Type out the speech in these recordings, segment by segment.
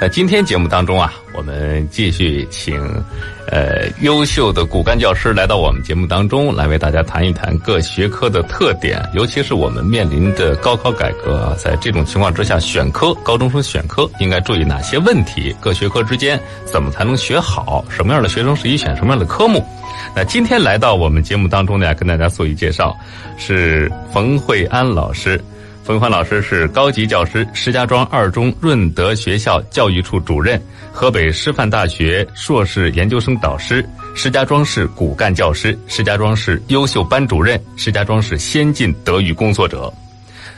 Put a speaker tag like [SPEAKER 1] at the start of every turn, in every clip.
[SPEAKER 1] 在今天节目当中啊，我们继续请，呃，优秀的骨干教师来到我们节目当中，来为大家谈一谈各学科的特点，尤其是我们面临的高考改革啊，在这种情况之下，选科高中生选科应该注意哪些问题？各学科之间怎么才能学好？什么样的学生适宜选什么样的科目？那今天来到我们节目当中呢，跟大家做一介绍，是冯慧安老师。冯欢老师是高级教师，石家庄二中润德学校教育处主任，河北师范大学硕士研究生导师，石家庄市骨干教师，石家庄市优秀班主任，石家庄市先进德育工作者。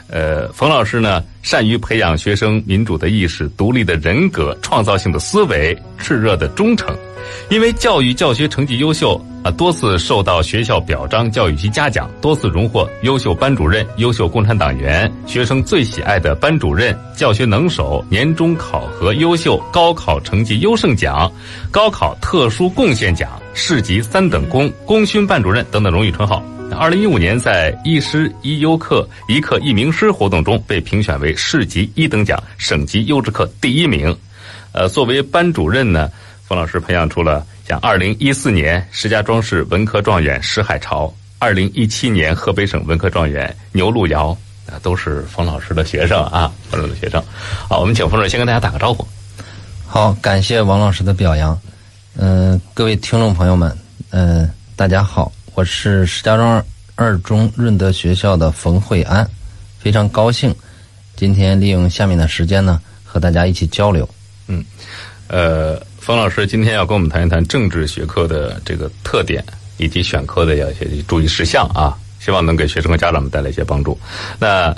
[SPEAKER 1] 呃，冯老师呢，善于培养学生民主的意识、独立的人格、创造性的思维、炽热的忠诚。因为教育教学成绩优秀啊，多次受到学校表彰、教育局嘉奖，多次荣获优秀班主任、优秀共产党员、学生最喜爱的班主任、教学能手、年终考核优秀、高考成绩优胜奖、高考特殊贡献奖、市级三等功、功勋班主任等等荣誉称号。二零一五年，在一师一优课一课一名师活动中被评选为市级一等奖、省级优质课第一名。呃，作为班主任呢，冯老师培养出了像二零一四年石家庄市文科状元石海潮，二零一七年河北省文科状元牛路遥，啊，都是冯老师的学生啊，冯老师的学生。好，我们请冯老师先跟大家打个招呼。
[SPEAKER 2] 好，感谢王老师的表扬。嗯、各位听众朋友们，嗯、大家好，我是石家庄二中润德学校的冯慧安，非常高兴今天利用下面的时间呢，和大家一起交流。
[SPEAKER 1] 呃，冯老师今天要跟我们谈一谈政治学科的这个特点，以及选科的要一些注意事项啊，希望能给学生和家长们带来一些帮助。那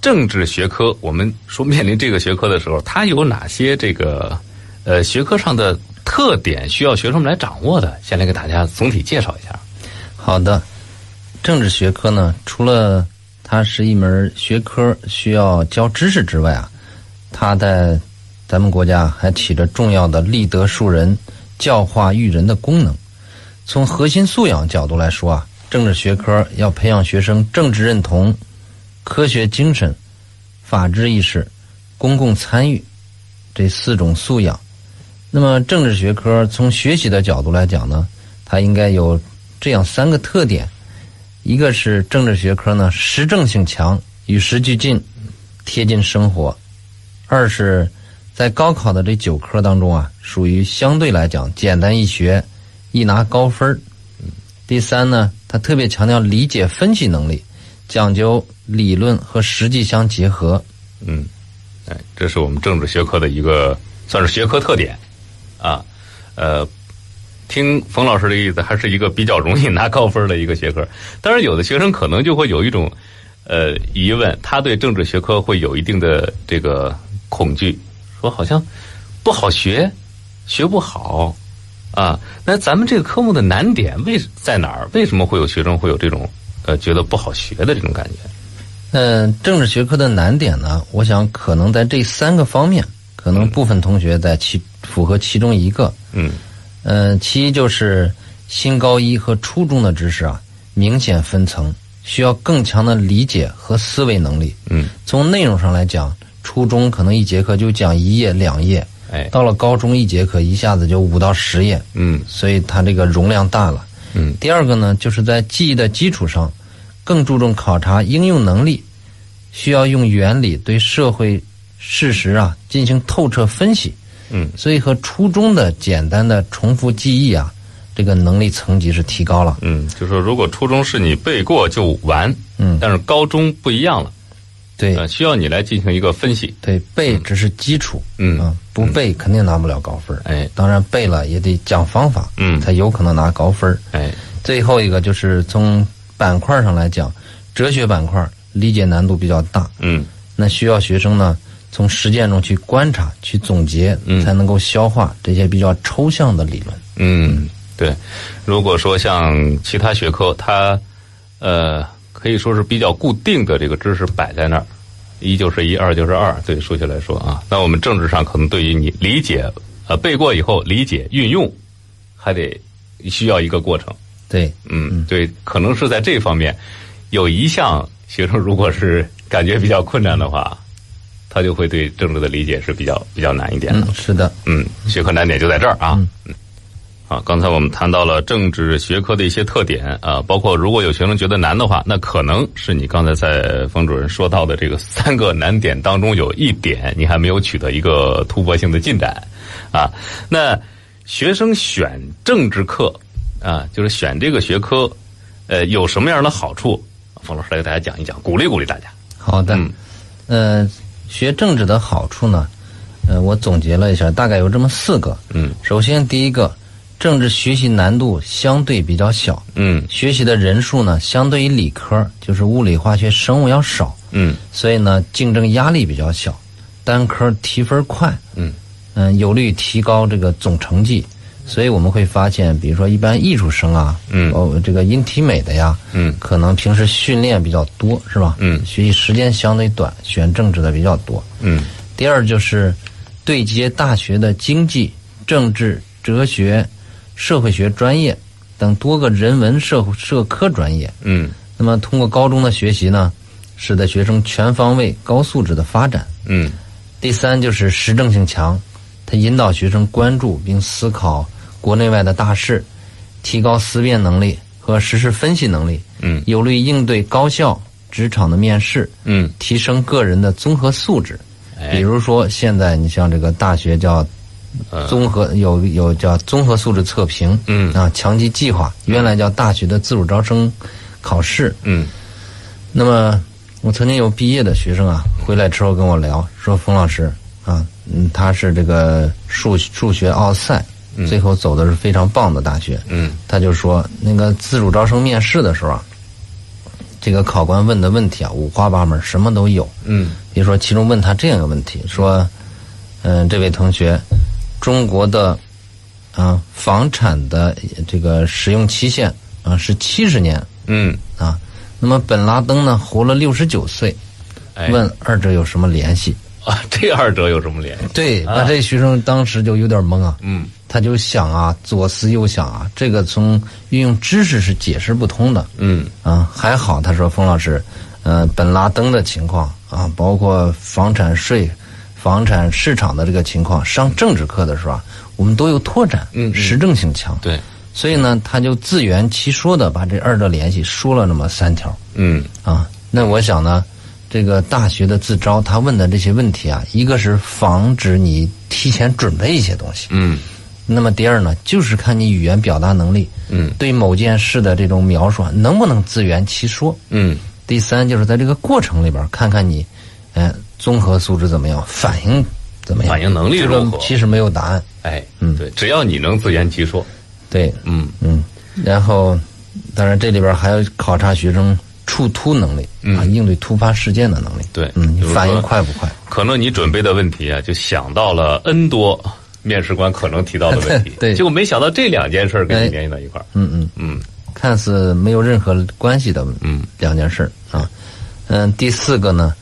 [SPEAKER 1] 政治学科，我们说面临这个学科的时候，它有哪些这个呃学科上的特点需要学生们来掌握的？先来给大家总体介绍一下。
[SPEAKER 2] 好的，政治学科呢，除了它是一门学科需要教知识之外啊，它在咱们国家还起着重要的立德树人、教化育人的功能。从核心素养角度来说啊，政治学科要培养学生政治认同、科学精神、法治意识、公共参与这四种素养。那么，政治学科从学习的角度来讲呢，它应该有这样三个特点：一个是政治学科呢实证性强，与时俱进，贴近生活；二是在高考的这九科当中啊，属于相对来讲简单易学，易拿高分儿第三呢，它特别强调理解分析能力，讲究理论和实际相结合。
[SPEAKER 1] 嗯，哎，这是我们政治学科的一个算是学科特点啊。呃，听冯老师的意思，还是一个比较容易拿高分的一个学科。当然，有的学生可能就会有一种呃疑问，他对政治学科会有一定的这个恐惧，说好像不好学，学不好啊。那咱们这个科目的难点为在哪儿？为什么会有学生会有这种呃觉得不好学的这种感觉？
[SPEAKER 2] 嗯、政治学科的难点呢，我想可能在这三个方面，可能部分同学在其符合其中一个。
[SPEAKER 1] 嗯
[SPEAKER 2] 嗯，其一就是新高一和初中的知识啊，明显分层，需要更强的理解和思维能力。
[SPEAKER 1] 嗯，
[SPEAKER 2] 从内容上来讲，初中可能一节课就讲一页两页，
[SPEAKER 1] 哎
[SPEAKER 2] 到了高中一节课一下子就五到十页，
[SPEAKER 1] 嗯
[SPEAKER 2] 所以它这个容量大了。
[SPEAKER 1] 嗯
[SPEAKER 2] 第二个呢，就是在记忆的基础上，更注重考察应用能力，需要用原理对社会事实啊进行透彻分析。
[SPEAKER 1] 嗯
[SPEAKER 2] 所以和初中的简单的重复记忆啊，这个能力层级是提高了。
[SPEAKER 1] 嗯，就说如果初中是你背过就完，
[SPEAKER 2] 嗯，
[SPEAKER 1] 但是高中不一样了，
[SPEAKER 2] 对
[SPEAKER 1] 呃，需要你来进行一个分析。
[SPEAKER 2] 对，背只是基础，
[SPEAKER 1] 嗯
[SPEAKER 2] 啊，不背肯定拿不了高分儿。
[SPEAKER 1] 哎
[SPEAKER 2] 当然背了也得讲方法，
[SPEAKER 1] 嗯
[SPEAKER 2] 才有可能拿高分儿。
[SPEAKER 1] 哎，
[SPEAKER 2] 最后一个就是从板块上来讲，哲学板块理解难度比较大，
[SPEAKER 1] 嗯
[SPEAKER 2] 那需要学生呢从实践中去观察、去总结，
[SPEAKER 1] 嗯
[SPEAKER 2] 才能够消化这些比较抽象的理论。
[SPEAKER 1] 嗯，对。如果说像其他学科，它呃可以说是比较固定的这个知识摆在那儿，一就是一，二就是二。对数学来说啊，那我们政治上可能对于你理解呃背过以后理解运用，还得需要一个过程。
[SPEAKER 2] 对，
[SPEAKER 1] 嗯，对，可能是在这方面有一项学生如果是感觉比较困难的话，他就会对政治的理解是比较比较难一点的。
[SPEAKER 2] 嗯，是的，
[SPEAKER 1] 嗯，学科难点就在这儿啊。嗯，好，刚才我们谈到了政治学科的一些特点啊，包括如果有学生觉得难的话，那可能是你刚才在冯主任说到的这个三个难点当中有一点你还没有取得一个突破性的进展啊。那学生选政治课啊，就是选这个学科，呃，有什么样的好处？冯老师来给大家讲一讲，鼓励鼓励大家。
[SPEAKER 2] 好的。
[SPEAKER 1] 嗯
[SPEAKER 2] 呃，学政治的好处呢，呃，我总结了一下，大概有这么四个。
[SPEAKER 1] 嗯
[SPEAKER 2] 首先，第一个，政治学习难度相对比较小，
[SPEAKER 1] 嗯
[SPEAKER 2] 学习的人数呢，相对于理科，就是物理、化学、生物要少，
[SPEAKER 1] 嗯
[SPEAKER 2] 所以呢，竞争压力比较小，单科提分快，
[SPEAKER 1] 嗯
[SPEAKER 2] 嗯，有利于提高这个总成绩。所以我们会发现，比如说一般艺术生啊，
[SPEAKER 1] 嗯
[SPEAKER 2] 哦，这个音体美的呀，
[SPEAKER 1] 嗯
[SPEAKER 2] 可能平时训练比较多，是吧？
[SPEAKER 1] 嗯
[SPEAKER 2] 学习时间相对短，选政治的比较多。
[SPEAKER 1] 嗯
[SPEAKER 2] 第二就是对接大学的经济、政治、哲学、社会学专业等多个人文社社科专业。
[SPEAKER 1] 嗯
[SPEAKER 2] 那么通过高中的学习呢，使得学生全方位、高素质的发展。
[SPEAKER 1] 嗯
[SPEAKER 2] 第三就是实证性强，它引导学生关注并思考国内外的大事，提高思辨能力和实事分析能力，
[SPEAKER 1] 嗯
[SPEAKER 2] 有利于应对高校、职场的面试，
[SPEAKER 1] 嗯，
[SPEAKER 2] 提升个人的综合素质。
[SPEAKER 1] 哎
[SPEAKER 2] 比如说，现在你像这个大学叫
[SPEAKER 1] 呃
[SPEAKER 2] 综合有有叫综合素质测评，
[SPEAKER 1] 嗯
[SPEAKER 2] 啊，强基计划，原来叫大学的自主招生考试。
[SPEAKER 1] 嗯
[SPEAKER 2] 那么我曾经有毕业的学生啊，回来之后跟我聊，说冯老师啊，嗯，他是这个数数学奥赛，最后走的是非常棒的大学。
[SPEAKER 1] 嗯
[SPEAKER 2] 他就说，那个自主招生面试的时候啊，这个考官问的问题啊，五花八门，什么都有。
[SPEAKER 1] 嗯
[SPEAKER 2] 比如说，其中问他这样一个问题，说，嗯、这位同学，中国的啊房产的这个使用期限啊是七十年
[SPEAKER 1] 嗯，
[SPEAKER 2] 啊，那么本拉登呢活了六十九岁，
[SPEAKER 1] 哎，
[SPEAKER 2] 问二者有什么联系？
[SPEAKER 1] 啊， 这二者有什么联系？
[SPEAKER 2] 对，
[SPEAKER 1] 啊
[SPEAKER 2] 那这学生当时就有点懵啊，
[SPEAKER 1] 嗯
[SPEAKER 2] 他就想啊，左思右想啊，这个从运用知识是解释不通的。
[SPEAKER 1] 嗯
[SPEAKER 2] 啊，还好，他说冯老师，呃，本拉登的情况啊，包括房产税、房产市场的这个情况，上政治课的时候啊，我们都有拓展，
[SPEAKER 1] 嗯嗯
[SPEAKER 2] 实证性强，
[SPEAKER 1] 对，
[SPEAKER 2] 所以呢，他就自圆其说的把这二者联系说了那么三条
[SPEAKER 1] 嗯
[SPEAKER 2] 啊。那我想呢，这个大学的自招，他问的这些问题啊，一个是防止你提前准备一些东西，
[SPEAKER 1] 嗯
[SPEAKER 2] 那么第二呢，就是看你语言表达能力，
[SPEAKER 1] 嗯
[SPEAKER 2] 对某件事的这种描述啊能不能自圆其说。
[SPEAKER 1] 嗯
[SPEAKER 2] 第三就是在这个过程里边儿看看你，呃，综合素质怎么样，反应怎么样，
[SPEAKER 1] 反应能力
[SPEAKER 2] 这个
[SPEAKER 1] 如何
[SPEAKER 2] 其实没有答案，
[SPEAKER 1] 哎，
[SPEAKER 2] 嗯
[SPEAKER 1] 对，只要你能自圆其说，
[SPEAKER 2] 对，
[SPEAKER 1] 嗯
[SPEAKER 2] 嗯，然后，当然这里边儿还要考察学生触突能力、啊，应对突发事件的能力，
[SPEAKER 1] 嗯对
[SPEAKER 2] 嗯，
[SPEAKER 1] 就是说
[SPEAKER 2] 反应快不快？
[SPEAKER 1] 可能你准备的问题啊，就想到了 N 多面试官可能提到的问题，
[SPEAKER 2] 对
[SPEAKER 1] 结果没想到这两件事儿跟你
[SPEAKER 2] 哎
[SPEAKER 1] 联系到一块儿，
[SPEAKER 2] 嗯嗯，
[SPEAKER 1] 嗯
[SPEAKER 2] 看似没有任何关系的，
[SPEAKER 1] 嗯，
[SPEAKER 2] 两件事儿啊，嗯，第四个呢，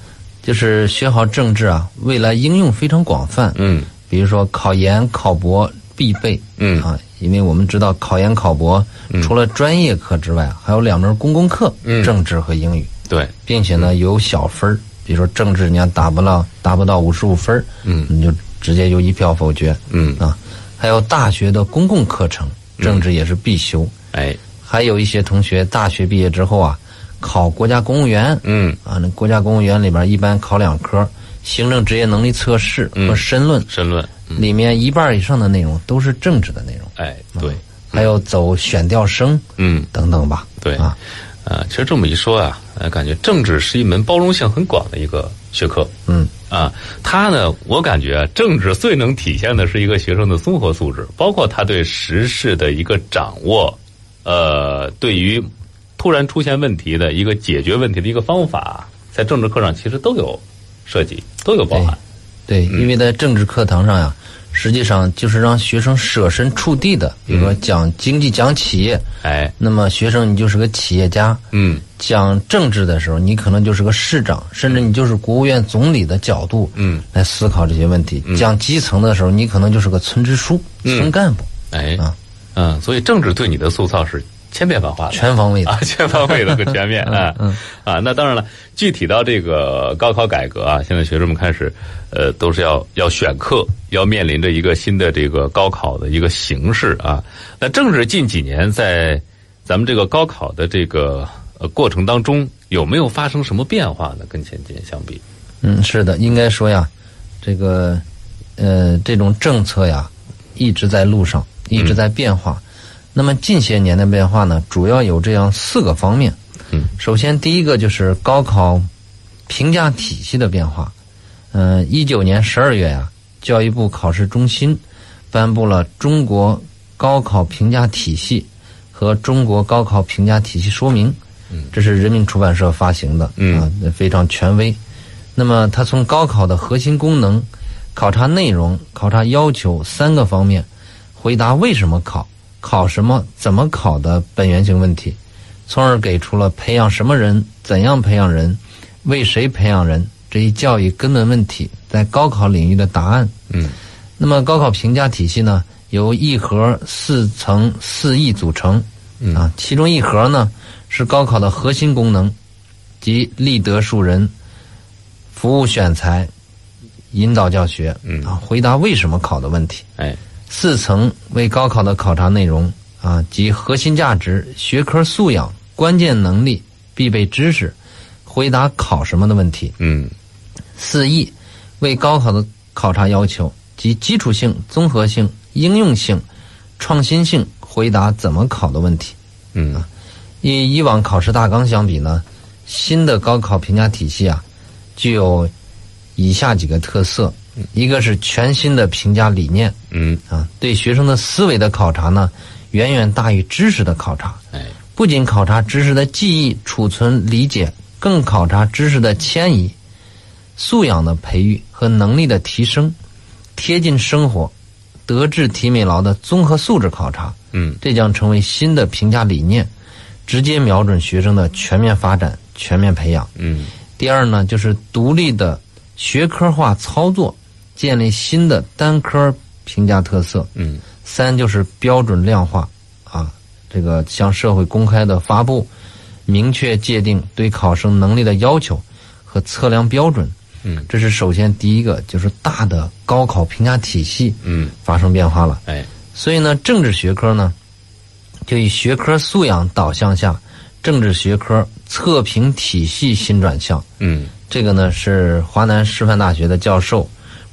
[SPEAKER 2] 就是学好政治啊，未来应用非常广泛，
[SPEAKER 1] 嗯
[SPEAKER 2] 比如说考研、考博必备，
[SPEAKER 1] 嗯
[SPEAKER 2] 啊，因为我们知道考研、考博、除了专业课之外，还有两门公共课，
[SPEAKER 1] 嗯
[SPEAKER 2] 政治和英语，
[SPEAKER 1] 对，
[SPEAKER 2] 并且
[SPEAKER 1] 嗯
[SPEAKER 2] 呢有小分儿，比如说政治你要达不到达不到五十五分儿，
[SPEAKER 1] 嗯
[SPEAKER 2] 你就直接有一票否决，
[SPEAKER 1] 嗯
[SPEAKER 2] 啊，还有大学的公共课程，政治也是必修，
[SPEAKER 1] 哎，
[SPEAKER 2] 还有一些同学大学毕业之后啊，考国家公务员，
[SPEAKER 1] 嗯
[SPEAKER 2] 啊，那国家公务员里边一般考两科，行政职业能力测试和申论。
[SPEAKER 1] 申论，嗯
[SPEAKER 2] 里面一半以上的内容都是政治的内容，
[SPEAKER 1] 哎，对，
[SPEAKER 2] 还有走选调生
[SPEAKER 1] 嗯
[SPEAKER 2] 等等吧。
[SPEAKER 1] 对
[SPEAKER 2] 啊，
[SPEAKER 1] 呃，其实这么一说啊，呃，感觉政治是一门包容性很广的一个学科，
[SPEAKER 2] 嗯，
[SPEAKER 1] 啊，他呢，我感觉啊政治最能体现的是一个学生的综合素质，包括他对时事的一个掌握，呃，对于突然出现问题的一个解决问题的一个方法，在政治课上其实都有涉及，都有包含。
[SPEAKER 2] 对，
[SPEAKER 1] 嗯
[SPEAKER 2] 因为在政治课堂上呀，实际上就是让学生设身处地
[SPEAKER 1] 嗯
[SPEAKER 2] 的，比如说讲经济、讲企业，
[SPEAKER 1] 哎，
[SPEAKER 2] 那么学生你就是个企业家。
[SPEAKER 1] 嗯
[SPEAKER 2] 讲政治的时候，你可能就是个市长，甚至你就是国务院总理的角度，
[SPEAKER 1] 嗯，
[SPEAKER 2] 来思考这些问题。讲基层的时
[SPEAKER 1] 嗯
[SPEAKER 2] 候，你可能就是个村支书、村干部。
[SPEAKER 1] 哎，
[SPEAKER 2] 啊
[SPEAKER 1] 嗯，所以政治对你的塑造是千变万化的，
[SPEAKER 2] 全方位的
[SPEAKER 1] 啊，全方位的和全面啊，啊，那当然了，具体到这个高考改革啊，现在学生们开始，呃，都是要要选课，要面临着一个新的这个高考的一个形式啊。那正是近几年在咱们这个高考的这个呃过程当中，有没有发生什么变化呢？跟前几年相比，
[SPEAKER 2] 嗯，是的，应该说呀，这个呃，这种政策呀，一直在路上，一直在变化。那么近些年的变化呢，主要有这样四个方面。
[SPEAKER 1] 嗯，
[SPEAKER 2] 首先第一个就是高考评价体系的变化。嗯、呃，一九年十二月呀、教育部考试中心颁布了《中国高考评价体系》和《中国高考评价体系说明》。嗯，这是人民出版社发行的，
[SPEAKER 1] 嗯
[SPEAKER 2] 啊，非常权威。那么，它从高考的核心功能、考察内容、考察要求三个方面，回答为什么考、考什么、怎么考的本源性问题，从而给出了培养什么人、怎样培养人、为谁培养人这一教育根本问题在高考领域的答案。
[SPEAKER 1] 嗯
[SPEAKER 2] 那么高考评价体系呢，由一盒四层四翼组成，啊，其中一盒呢是高考的核心功能，即立德树人、服务选材、引导教学，
[SPEAKER 1] 嗯
[SPEAKER 2] 啊，回答为什么考的问题。
[SPEAKER 1] 哎，
[SPEAKER 2] 四层为高考的考察内容啊及核心价值、学科素养、关键能力、必备知识，回答考什么的问题。
[SPEAKER 1] 嗯
[SPEAKER 3] 四
[SPEAKER 2] 四意为高考的考察要求及基础性、综合性、应用性、创新性回答怎么考的问题。
[SPEAKER 1] 嗯
[SPEAKER 2] 与以往考试大纲相比呢，新的高考评价体系啊，具有以下几个特色：一个是全新的评价理念
[SPEAKER 1] 嗯，
[SPEAKER 2] 啊，对学生的思维的考察呢，远远大于知识的考察。
[SPEAKER 1] 哎，
[SPEAKER 2] 不仅考察知识的记忆、储存、理解，更考察知识的迁移、素养的培育和能力的提升，贴近生活、德智体美劳的综合素质考察。
[SPEAKER 1] 嗯
[SPEAKER 2] 这将成为新的评价理念，直接瞄准学生的全面发展、全面培养。
[SPEAKER 1] 嗯
[SPEAKER 2] 第二呢，就是独立的学科化操作，建立新的单科评价特色。
[SPEAKER 1] 嗯
[SPEAKER 2] 三就是标准量化啊，这个向社会公开的发布，明确界定对考生能力的要求和测量标准。
[SPEAKER 1] 嗯
[SPEAKER 2] 这是首先第一个，就是大的高考评价体系
[SPEAKER 1] 嗯，
[SPEAKER 2] 发生变化了。
[SPEAKER 1] 哎，
[SPEAKER 2] 所以呢，政治学科呢，就以学科素养导向下，政治学科测评体系新转向。
[SPEAKER 1] 嗯
[SPEAKER 2] 这个呢是华南师范大学的教授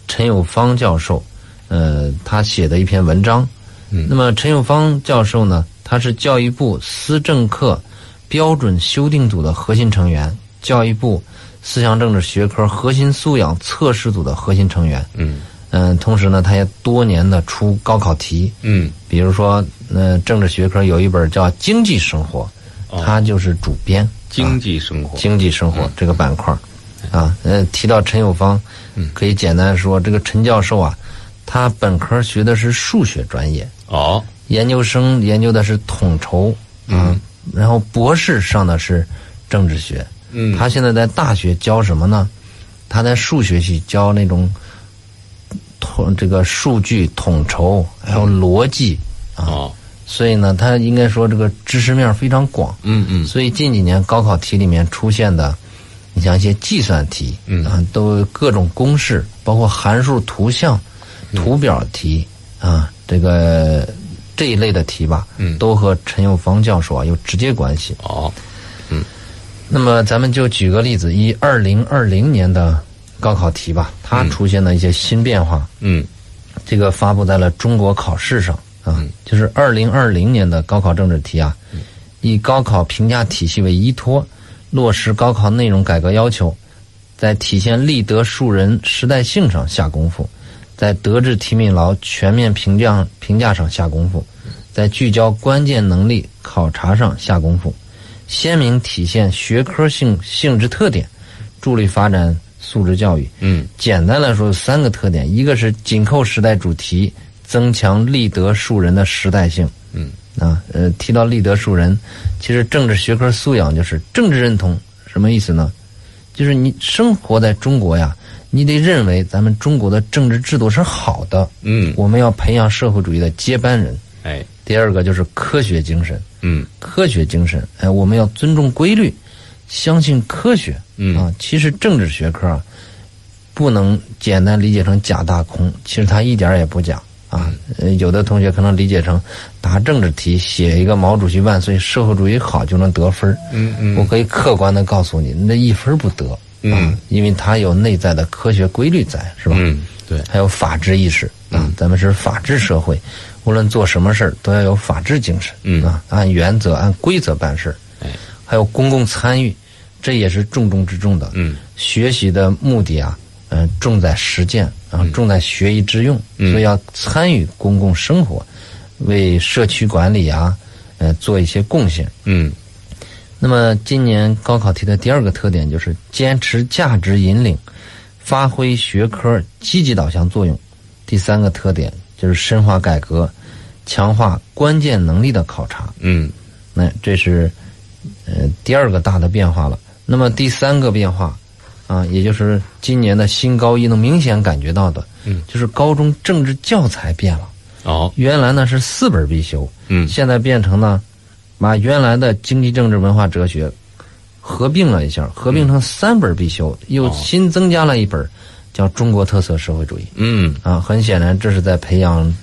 [SPEAKER 2] 陈友芳教授，呃，他写的一篇文章。
[SPEAKER 1] 嗯
[SPEAKER 2] 那么陈友芳教授呢，他是教育部思政课标准修订组的核心成员，教育部思想政治学科核心素养测试组的核心成员。
[SPEAKER 1] 嗯
[SPEAKER 2] 嗯、同时呢，他也多年的出高考题，
[SPEAKER 1] 嗯
[SPEAKER 2] 比如说，呃，政治学科有一本叫《经济生活》，他就是主编。
[SPEAKER 1] 哦经济生活，
[SPEAKER 2] 经济生活这个板块儿啊，呃，提到陈友芳，可以简单说，这个陈教授啊，他本科学的是数学专业，
[SPEAKER 1] 哦，
[SPEAKER 2] 研究生研究的是统筹，啊，然后博士上的是政治学，
[SPEAKER 1] 嗯
[SPEAKER 2] 他现在在大学教什么呢？他在数学系教那种统这个数据统筹，还有逻辑，
[SPEAKER 1] 哦，
[SPEAKER 2] 所以呢，他应该说这个知识面非常广，
[SPEAKER 1] 嗯嗯
[SPEAKER 2] 所以近几年高考题里面出现的，你像一些计算题，
[SPEAKER 1] 嗯
[SPEAKER 2] 啊，都有各种公式，包括函数、图
[SPEAKER 1] 嗯
[SPEAKER 2] 像、图表题啊，这个这一类的题吧，
[SPEAKER 1] 嗯
[SPEAKER 2] 都和陈友芳教授啊有直接关系。
[SPEAKER 1] 哦，
[SPEAKER 2] 那么咱们就举个例子，以二零二零年的高考题吧，它出现了一些新变化，
[SPEAKER 1] 嗯
[SPEAKER 2] 这个发布在了中国考试上啊，就是二零二零年的高考政治题啊，以高考评价体系为依托，落实高考内容改革要求，在体现立德树人时代性上下功夫，在德智体美劳全面评价评价上下功夫，在聚焦关键能力考察上下功夫，鲜明体现学科性性质特点，助力发展素质教育。
[SPEAKER 1] 嗯
[SPEAKER 2] 简单来说有三个特点，一个是紧扣时代主题，增强立德树人的时代性。
[SPEAKER 1] 嗯
[SPEAKER 2] 啊，呃，提到立德树人，其实政治学科素养就是政治认同，什么意思呢？就是你生活在中国呀，你得认为咱们中国的政治制度是好的，
[SPEAKER 1] 嗯，
[SPEAKER 2] 我们要培养社会主义的接班人。
[SPEAKER 1] 哎，
[SPEAKER 2] 第二个就是科学精神，
[SPEAKER 1] 嗯
[SPEAKER 2] 科学精神，哎，我们要尊重规律，相信科学，
[SPEAKER 1] 嗯
[SPEAKER 2] 啊，其实政治学科啊，不能简单理解成假大空，其实它一点儿也不假啊。
[SPEAKER 1] 嗯
[SPEAKER 2] 呃有的同学可能理解成答政治题写一个毛主席万岁，社会主义好就能得分儿
[SPEAKER 1] 嗯
[SPEAKER 2] 我
[SPEAKER 1] 嗯
[SPEAKER 2] 可以客观的告诉你，那一分儿不得啊
[SPEAKER 1] 嗯，
[SPEAKER 2] 因为它有内在的科学规律在，是吧？
[SPEAKER 1] 嗯，对，
[SPEAKER 2] 还有法治意识
[SPEAKER 1] 嗯
[SPEAKER 2] 啊，咱们是法治社会，无论做什么事儿都要有法治精神，
[SPEAKER 1] 嗯
[SPEAKER 2] 啊，按原则、按规则办事儿，
[SPEAKER 1] 哎，
[SPEAKER 2] 还有公共参与，这也是重中之重的。
[SPEAKER 1] 嗯
[SPEAKER 2] 学习的目的啊，嗯、重在实践，啊，重在学以致用，
[SPEAKER 1] 嗯
[SPEAKER 2] 所以要参与公共生活，为社区管理啊，呃，做一些贡献。
[SPEAKER 1] 嗯
[SPEAKER 2] 那么今年高考题的第二个特点就是坚持价值引领，发挥学科积极导向作用。第三个特点就是深化改革，强化关键能力的考察。
[SPEAKER 1] 嗯
[SPEAKER 2] 那这是呃第二个大的变化了。那么第三个变化啊，也就是今年的新高一能明显感觉到的，
[SPEAKER 1] 嗯，
[SPEAKER 2] 就是高中政治教材变了。
[SPEAKER 1] 哦
[SPEAKER 2] 原来呢是四本必修，
[SPEAKER 1] 嗯
[SPEAKER 2] 现在变成呢，把原来的经济、政治、文化、哲学合并了一下，合并成三本必修，又新增加了一本，叫《中国特色社会主义》
[SPEAKER 1] 嗯
[SPEAKER 2] 啊。很显然，这是在培养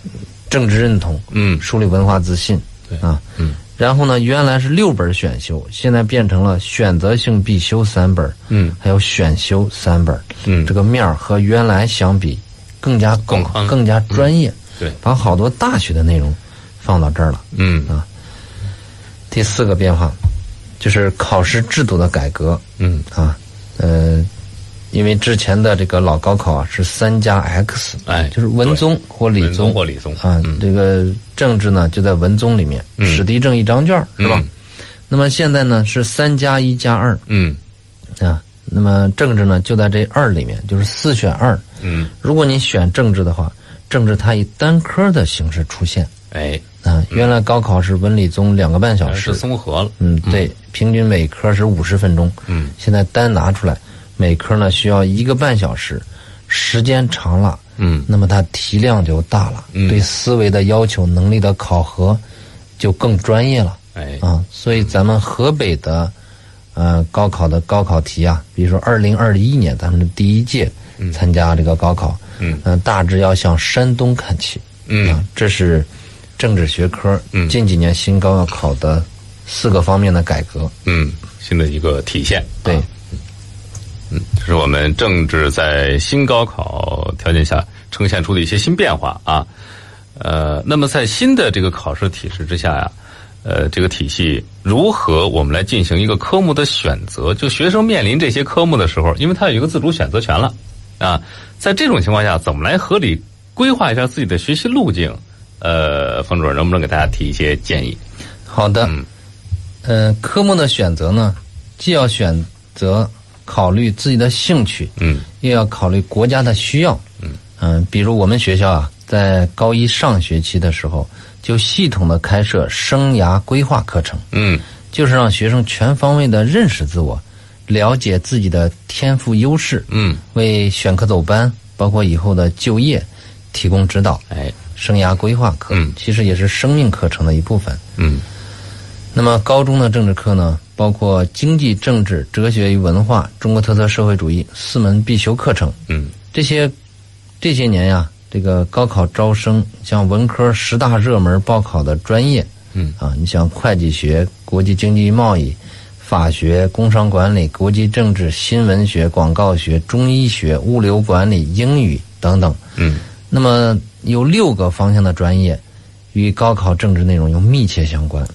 [SPEAKER 2] 政治认同，
[SPEAKER 1] 嗯
[SPEAKER 2] 树立文化自信
[SPEAKER 1] 对
[SPEAKER 2] 啊。
[SPEAKER 1] 嗯
[SPEAKER 2] 然后呢，原来是六本选修，现在变成了选择性必修三本，
[SPEAKER 1] 嗯
[SPEAKER 2] 还有选修三本。
[SPEAKER 1] 嗯
[SPEAKER 2] 这个面儿和原来相比更加
[SPEAKER 1] 更
[SPEAKER 2] 广
[SPEAKER 1] 宽、嗯
[SPEAKER 2] 更加专业，
[SPEAKER 1] 对
[SPEAKER 2] 把好多大学的内容放到这儿了。
[SPEAKER 1] 嗯
[SPEAKER 2] 啊第四个变化就是考试制度的改革
[SPEAKER 1] 嗯
[SPEAKER 2] 啊，呃，因为之前的这个老高考啊是三加 X，
[SPEAKER 1] 哎
[SPEAKER 2] 就是文综或理
[SPEAKER 1] 文
[SPEAKER 2] 综
[SPEAKER 1] 综或理综嗯
[SPEAKER 2] 啊，这个政治呢就在文综里面，史地政一张卷儿是吧
[SPEAKER 1] 嗯？
[SPEAKER 2] 那么现在呢是三加一加二
[SPEAKER 1] 嗯
[SPEAKER 2] 啊，那么政治呢就在这二里面，就是四选二。
[SPEAKER 1] 嗯
[SPEAKER 2] 如果你选政治的话，政治它以单科的形式出现
[SPEAKER 1] 哎，
[SPEAKER 2] 啊，原来高考是文理综两个半小
[SPEAKER 1] 而
[SPEAKER 2] 时
[SPEAKER 1] 是，综合了，
[SPEAKER 2] 嗯，对，平均每科是五十分钟。
[SPEAKER 1] 嗯，
[SPEAKER 2] 现在单拿出来，每科呢需要一个半小时，时间长了，
[SPEAKER 1] 嗯
[SPEAKER 2] 那么它题量就大了，
[SPEAKER 1] 嗯
[SPEAKER 2] 对思维的要求、能力的考核就更专业了
[SPEAKER 1] 哎
[SPEAKER 2] 啊。所以咱们河北的呃高考的高考题啊，比如说二零二一年咱们的第一届参加这个高考，
[SPEAKER 1] 嗯
[SPEAKER 2] 呃大致要向山东看齐。啊
[SPEAKER 1] 嗯，
[SPEAKER 2] 这是政治学科
[SPEAKER 1] 嗯
[SPEAKER 2] 近几年新高要考的四个方面的改革。
[SPEAKER 1] 嗯，新的一个体现，啊
[SPEAKER 2] 对，
[SPEAKER 1] 这是我们政治在新高考条件下呈现出的一些新变化啊。呃，那么在新的这个考试体制之下呀、呃，这个体系如何我们来进行一个科目的选择？就学生面临这些科目的时候，因为他有一个自主选择权了啊，在这种情况下，怎么来合理规划一下自己的学习路径？呃，冯主任能不能给大家提一些建议？
[SPEAKER 2] 好的，嗯、呃，科目的选择呢，既要选择考虑自己的兴趣，
[SPEAKER 1] 嗯
[SPEAKER 2] 又要考虑国家的需要。嗯比如我们学校啊，在高一上学期的时候，就系统的开设生涯规划课程，
[SPEAKER 1] 嗯
[SPEAKER 2] 就是让学生全方位的认识自我，了解自己的天赋优势，
[SPEAKER 1] 嗯，
[SPEAKER 2] 为选课走班，包括以后的就业提供指导。
[SPEAKER 1] 哎，
[SPEAKER 2] 生涯规划课、
[SPEAKER 1] 嗯
[SPEAKER 2] 其实也是生命课程的一部分。
[SPEAKER 1] 嗯
[SPEAKER 2] 那么高中的政治课呢，包括经济、政治、哲学与文化、中国特色社会主义四门必修课程。
[SPEAKER 1] 嗯
[SPEAKER 2] 这些这些年呀，这个高考招生，像文科十大热门报考的专业
[SPEAKER 1] 嗯
[SPEAKER 2] 啊，你像会计学、国际经济与贸易、法学、工商管理、国际政治、新闻学、广告学、中医学、物流管理、英语等等。
[SPEAKER 1] 嗯
[SPEAKER 2] 那么有六个方向的专业与高考政治内容有密切相关。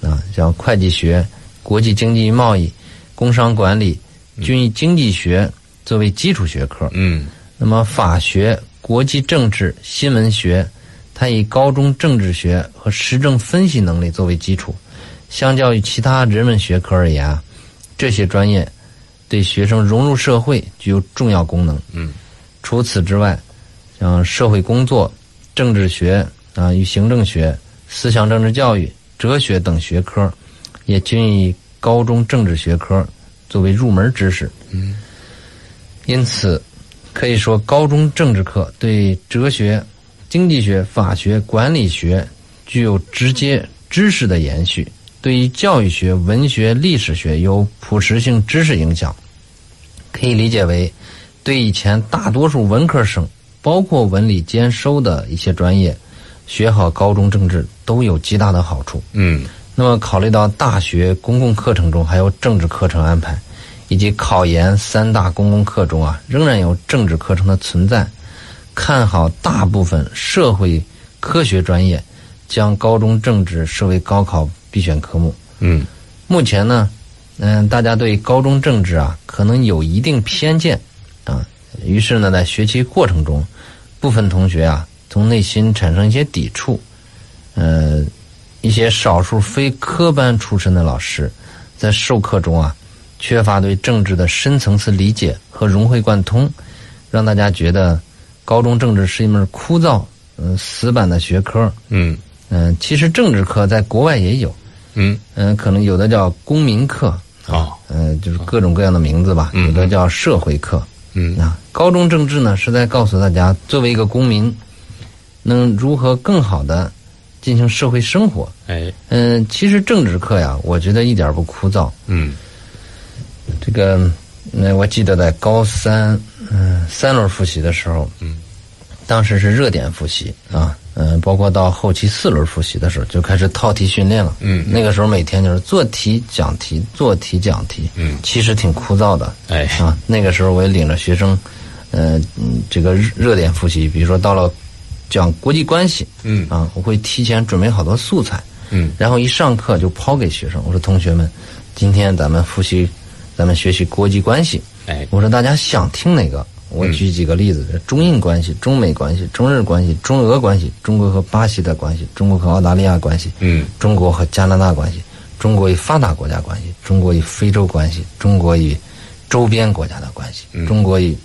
[SPEAKER 2] 啊，像会计学、国际经济与贸易、工商管理、均以经济学作为基础学科。
[SPEAKER 1] 嗯
[SPEAKER 2] 那么法学、国际政治、新闻学，它以高中政治学和时政分析能力作为基础。相较于其他人文学科而言啊，这些专业对学生融入社会具有重要功能。
[SPEAKER 1] 嗯，
[SPEAKER 2] 除此之外，像社会工作、政治学啊与行政学、思想政治教育、哲学等学科，也均以高中政治学科作为入门知识。嗯，因此可以说，高中政治课对哲学、经济学、法学、管理学、具有直接知识的延续，对于教育学、文学、历史学有普适性知识影响，可以理解为对以前大多数文科生，包括文理兼收的一些专业，学好高中政治都有极大的好处。
[SPEAKER 1] 嗯
[SPEAKER 2] 那么，考虑到大学公共课程中还有政治课程安排，以及考研三大公共课中啊，仍然有政治课程的存在，看好大部分社会科学专业将高中政治设为高考必选科目。
[SPEAKER 1] 嗯
[SPEAKER 2] 目前呢，嗯、大家对高中政治啊可能有一定偏见啊，于是呢，在学习过程中，部分同学啊从内心产生一些抵触，呃，一些少数非科班出身的老师，在授课中啊缺乏对政治的深层次理解和融会贯通，让大家觉得高中政治是一门枯燥、嗯、死板的学科。
[SPEAKER 1] 嗯
[SPEAKER 2] 嗯、其实政治课在国外也有。
[SPEAKER 1] 嗯，
[SPEAKER 2] 嗯，可能有的叫公民课，
[SPEAKER 1] 哦，
[SPEAKER 2] 嗯、就是各种各样的名字吧，有的叫社会课。
[SPEAKER 1] 嗯
[SPEAKER 2] 啊，高中政治呢是在告诉大家，作为一个公民，能如何更好的进行社会生活。
[SPEAKER 1] 哎
[SPEAKER 2] 嗯、其实政治课呀，我觉得一点儿不枯燥。
[SPEAKER 1] 嗯
[SPEAKER 2] 这个，那、我记得在高三，嗯、三轮复习的时候，
[SPEAKER 1] 嗯，
[SPEAKER 2] 当时是热点复习啊，嗯、包括到后期四轮复习的时候，就开始套题训练了。
[SPEAKER 1] 嗯
[SPEAKER 2] 那个时候每天就是做题讲题，做题讲题，
[SPEAKER 1] 嗯
[SPEAKER 2] 其实挺枯燥的。
[SPEAKER 1] 哎
[SPEAKER 2] 啊，那个时候我也领着学生，呃，嗯这个热热点复习，比如说到了讲国际关系，
[SPEAKER 1] 嗯
[SPEAKER 2] 啊，我会提前准备好多素材，
[SPEAKER 1] 嗯
[SPEAKER 2] 然后一上课就抛给学生，我说同学们，今天咱们复习，咱们学习国际关系。
[SPEAKER 1] 哎
[SPEAKER 2] 我说大家想听哪个？我举几个例子：中印关系、中美关系、中日关系、中俄关系、中国和巴西的关系、中国和澳大利亚关系、
[SPEAKER 1] 嗯
[SPEAKER 2] 中国和加拿大关系、中国与发达国家关系、中国与非洲关系、中国与周边国家的关系、中国与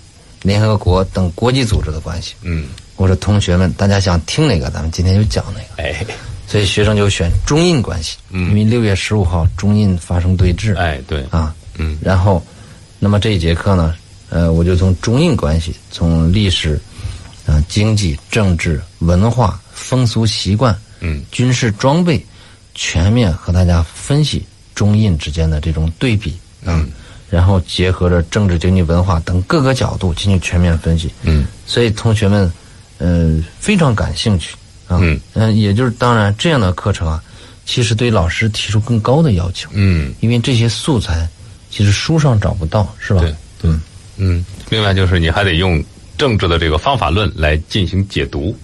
[SPEAKER 2] 联合国等国际组织的关系。
[SPEAKER 1] 嗯
[SPEAKER 2] 我说同学们，大家想听哪个，咱们今天就讲哪个。
[SPEAKER 1] 哎
[SPEAKER 2] 所以学生就选中印关系，因为六月十五号中印发生对峙，
[SPEAKER 1] 哎对，
[SPEAKER 2] 啊，
[SPEAKER 1] 嗯
[SPEAKER 2] 然后，那么这一节课呢，呃，我就从中印关系，从历史、嗯、经济、政治、文化、风俗习惯、
[SPEAKER 1] 嗯
[SPEAKER 2] 军事装备，全面和大家分析中印之间的这种对比，嗯，然后结合着政治、经济、文化等各个角度进行全面分析，
[SPEAKER 1] 嗯
[SPEAKER 2] 所以同学们，呃，非常感兴趣啊。
[SPEAKER 1] 嗯
[SPEAKER 2] 呃也就是当然这样的课程啊，其实对老师提出更高的要求，
[SPEAKER 1] 嗯
[SPEAKER 2] 因为这些素材其实书上找不到，是吧？
[SPEAKER 1] 对对
[SPEAKER 2] 嗯
[SPEAKER 1] 嗯，另外就是你还得用政治的这个方法论来进行解读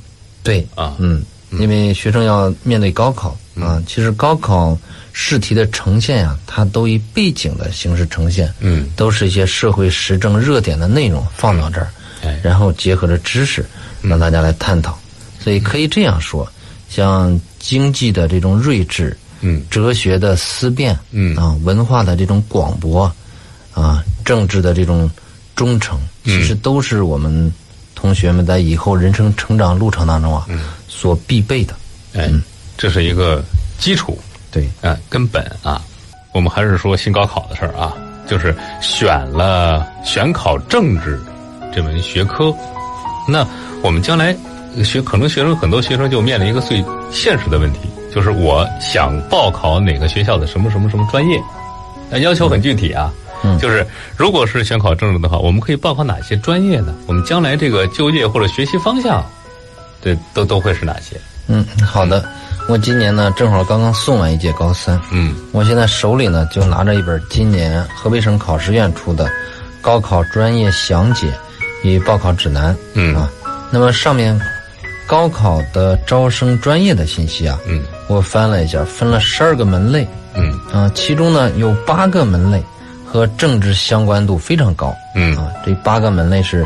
[SPEAKER 2] 对
[SPEAKER 1] 啊，嗯
[SPEAKER 2] 嗯，因为学生要面对高考啊，其实高考试题的呈现呀、它都以背景的形式呈现，
[SPEAKER 1] 嗯，
[SPEAKER 2] 都是一些社会时政热点的内容放到这儿，
[SPEAKER 1] 哎
[SPEAKER 2] 然后结合着知识
[SPEAKER 1] 嗯
[SPEAKER 2] 让大家来探讨，所以可以这样说，像经济的这种睿智，
[SPEAKER 1] 嗯
[SPEAKER 2] 哲学的思辨，
[SPEAKER 1] 嗯
[SPEAKER 2] 啊，文化的这种广博，啊，政治的这种忠诚，
[SPEAKER 1] 嗯
[SPEAKER 2] 其实都是我们同学们在以后人生成长路程当中啊，
[SPEAKER 1] 嗯
[SPEAKER 2] 所必备的。
[SPEAKER 1] 哎，
[SPEAKER 2] 嗯
[SPEAKER 1] 这是一个基础，
[SPEAKER 2] 对，
[SPEAKER 1] 啊，根本啊，我们还是说新高考的事儿啊，就是选了选考政治这门学科，那我们将来呃学可能学生很多学生就面临一个最现实的问题，就是我想报考哪个学校的什么什么什么专业，呃要求很具体啊。就是，如果是选考政治的话，我们可以报考哪些专业呢？我们将来这个就业或者学习方向，这都都会是哪些？
[SPEAKER 2] 嗯，好的。我今年呢，正好刚刚送完一届高三，
[SPEAKER 1] 嗯
[SPEAKER 2] 我现在手里呢就拿着一本今年河北省考试院出的《高考专业详解与报考指南》
[SPEAKER 1] 嗯
[SPEAKER 2] 啊，那么上面高考的招生专业的信息啊，
[SPEAKER 1] 嗯
[SPEAKER 2] 我翻了一下，分了十二个门类
[SPEAKER 1] 嗯
[SPEAKER 2] 啊，其中呢有八个门类和政治相关度非常高
[SPEAKER 1] 嗯
[SPEAKER 2] 啊，这八个门类是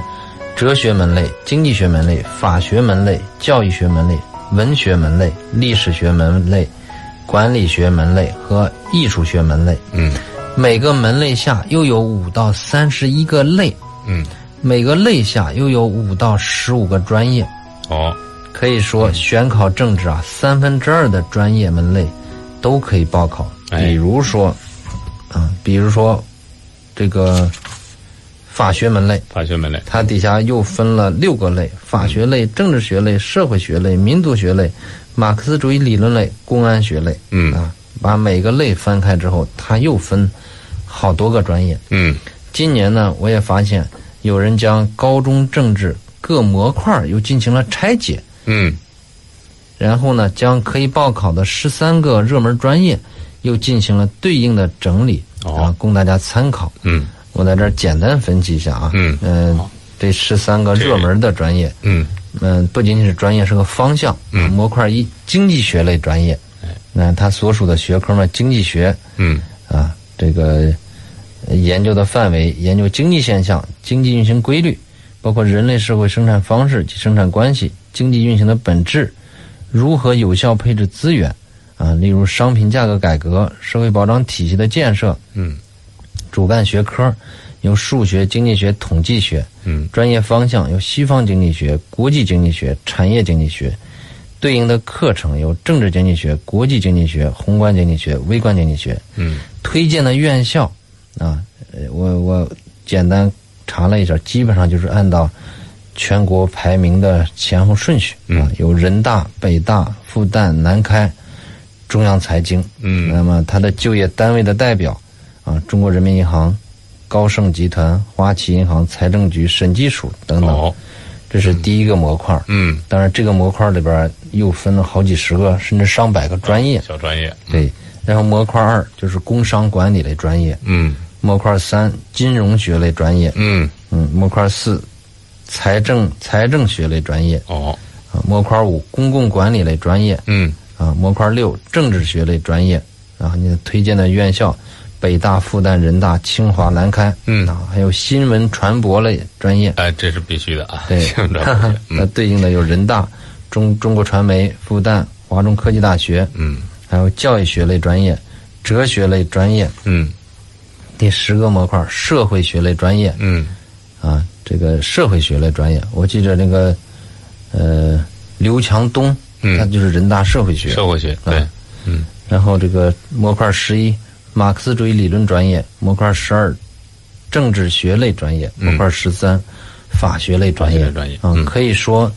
[SPEAKER 2] 哲学门类、经济学门类、法学门类、教育学门类、文学门类、历史学门类、管理学门类和艺术学门类。
[SPEAKER 1] 嗯
[SPEAKER 2] 每个门类下又有五到三十一个类，
[SPEAKER 1] 嗯，
[SPEAKER 2] 每个类下又有五到十五个专业。
[SPEAKER 1] 哦。
[SPEAKER 2] 可以说选考政治啊，三分之二的专业门类都可以报考。
[SPEAKER 1] 哎
[SPEAKER 2] 嗯比如说，啊、比如说这个法学门类，
[SPEAKER 1] 法学门类，
[SPEAKER 2] 它底下又分了六个类：法学类、
[SPEAKER 1] 嗯
[SPEAKER 2] 政治学类、社会学类、民族学类、马克思主义理论类、公安学类。
[SPEAKER 1] 嗯
[SPEAKER 2] 啊，把每个类翻开之后，它又分好多个专业。
[SPEAKER 1] 嗯
[SPEAKER 2] 今年呢，我也发现有人将高中政治各模块儿又进行了拆解，
[SPEAKER 1] 嗯
[SPEAKER 2] 然后呢，将可以报考的十三个热门专业又进行了对应的整理，
[SPEAKER 1] 哦
[SPEAKER 2] 啊，供大家参考。
[SPEAKER 1] 嗯
[SPEAKER 2] 我在这儿简单分析一下啊，
[SPEAKER 1] 嗯
[SPEAKER 2] 呃
[SPEAKER 1] 好
[SPEAKER 2] 这十三个热门的专业，
[SPEAKER 1] 嗯，
[SPEAKER 2] 嗯、不仅仅是专业，是个方向。
[SPEAKER 1] 嗯哎
[SPEAKER 2] 模块一经济学类专业，那、它所属的学科呢，经济学
[SPEAKER 1] 嗯
[SPEAKER 2] 啊，这个呃研究的范围研究经济现象、经济运行规律，包括人类社会生产方式及生产关系、经济运行的本质，如何有效配置资源啊，例如商品价格改革、社会保障体系的建设，
[SPEAKER 1] 嗯
[SPEAKER 2] 主干学科有数学、经济学、统计学，
[SPEAKER 1] 嗯
[SPEAKER 2] 专业方向有西方经济学、国际经济学、产业经济学，对应的课程有政治经济学、国际经济学、宏观经济学、微观经济学。
[SPEAKER 1] 嗯
[SPEAKER 2] 推荐的院校啊，呃我我简单查了一下，基本上就是按照全国排名的前后顺序啊
[SPEAKER 1] 嗯，
[SPEAKER 2] 有人大、北大、复旦、南开、中央财经，
[SPEAKER 1] 嗯
[SPEAKER 2] 那么它的就业单位的代表啊，中国人民银行、高盛集团、花旗银行、财政局、审计署等等，
[SPEAKER 1] 哦
[SPEAKER 2] 这是第一个模块。
[SPEAKER 1] 嗯，
[SPEAKER 2] 当然，这个模块里边又分了好几十个甚至上百个专业。
[SPEAKER 1] 小专业，
[SPEAKER 2] 对，然后模块二就是工商管理类专业，
[SPEAKER 1] 嗯
[SPEAKER 2] 模块三金融学类专业，
[SPEAKER 1] 嗯
[SPEAKER 2] 嗯，模块四财政财政学类专业，
[SPEAKER 1] 哦
[SPEAKER 2] 啊，模块五公共管理类专业，
[SPEAKER 1] 嗯
[SPEAKER 2] 啊，模块六政治学类专业，啊，你推荐的院校，北大、复旦、人大、清华、南开，
[SPEAKER 1] 嗯
[SPEAKER 2] 啊，还有新闻传播类专业，
[SPEAKER 1] 哎，这是必须的啊，
[SPEAKER 2] 对
[SPEAKER 1] 新闻专业，
[SPEAKER 2] 那
[SPEAKER 1] 嗯
[SPEAKER 2] 对应的有人大、中中国传媒、复旦、华中科技大学，
[SPEAKER 1] 嗯
[SPEAKER 2] 还有教育学类专业、哲学类专业。
[SPEAKER 1] 嗯
[SPEAKER 2] 第十个模块儿社会学类专业
[SPEAKER 1] 嗯
[SPEAKER 2] 啊，这个社会学类专业，我记着那个呃刘强东，
[SPEAKER 1] 嗯
[SPEAKER 2] 他就是人大社会学。
[SPEAKER 1] 社会学，对，嗯
[SPEAKER 2] 然后这个模块十一马克思主义理论专业，模块十二政治学类专业，模块十三法学类专
[SPEAKER 1] 嗯法
[SPEAKER 2] 业。
[SPEAKER 1] 学专业
[SPEAKER 2] 啊
[SPEAKER 1] 嗯，
[SPEAKER 2] 可以说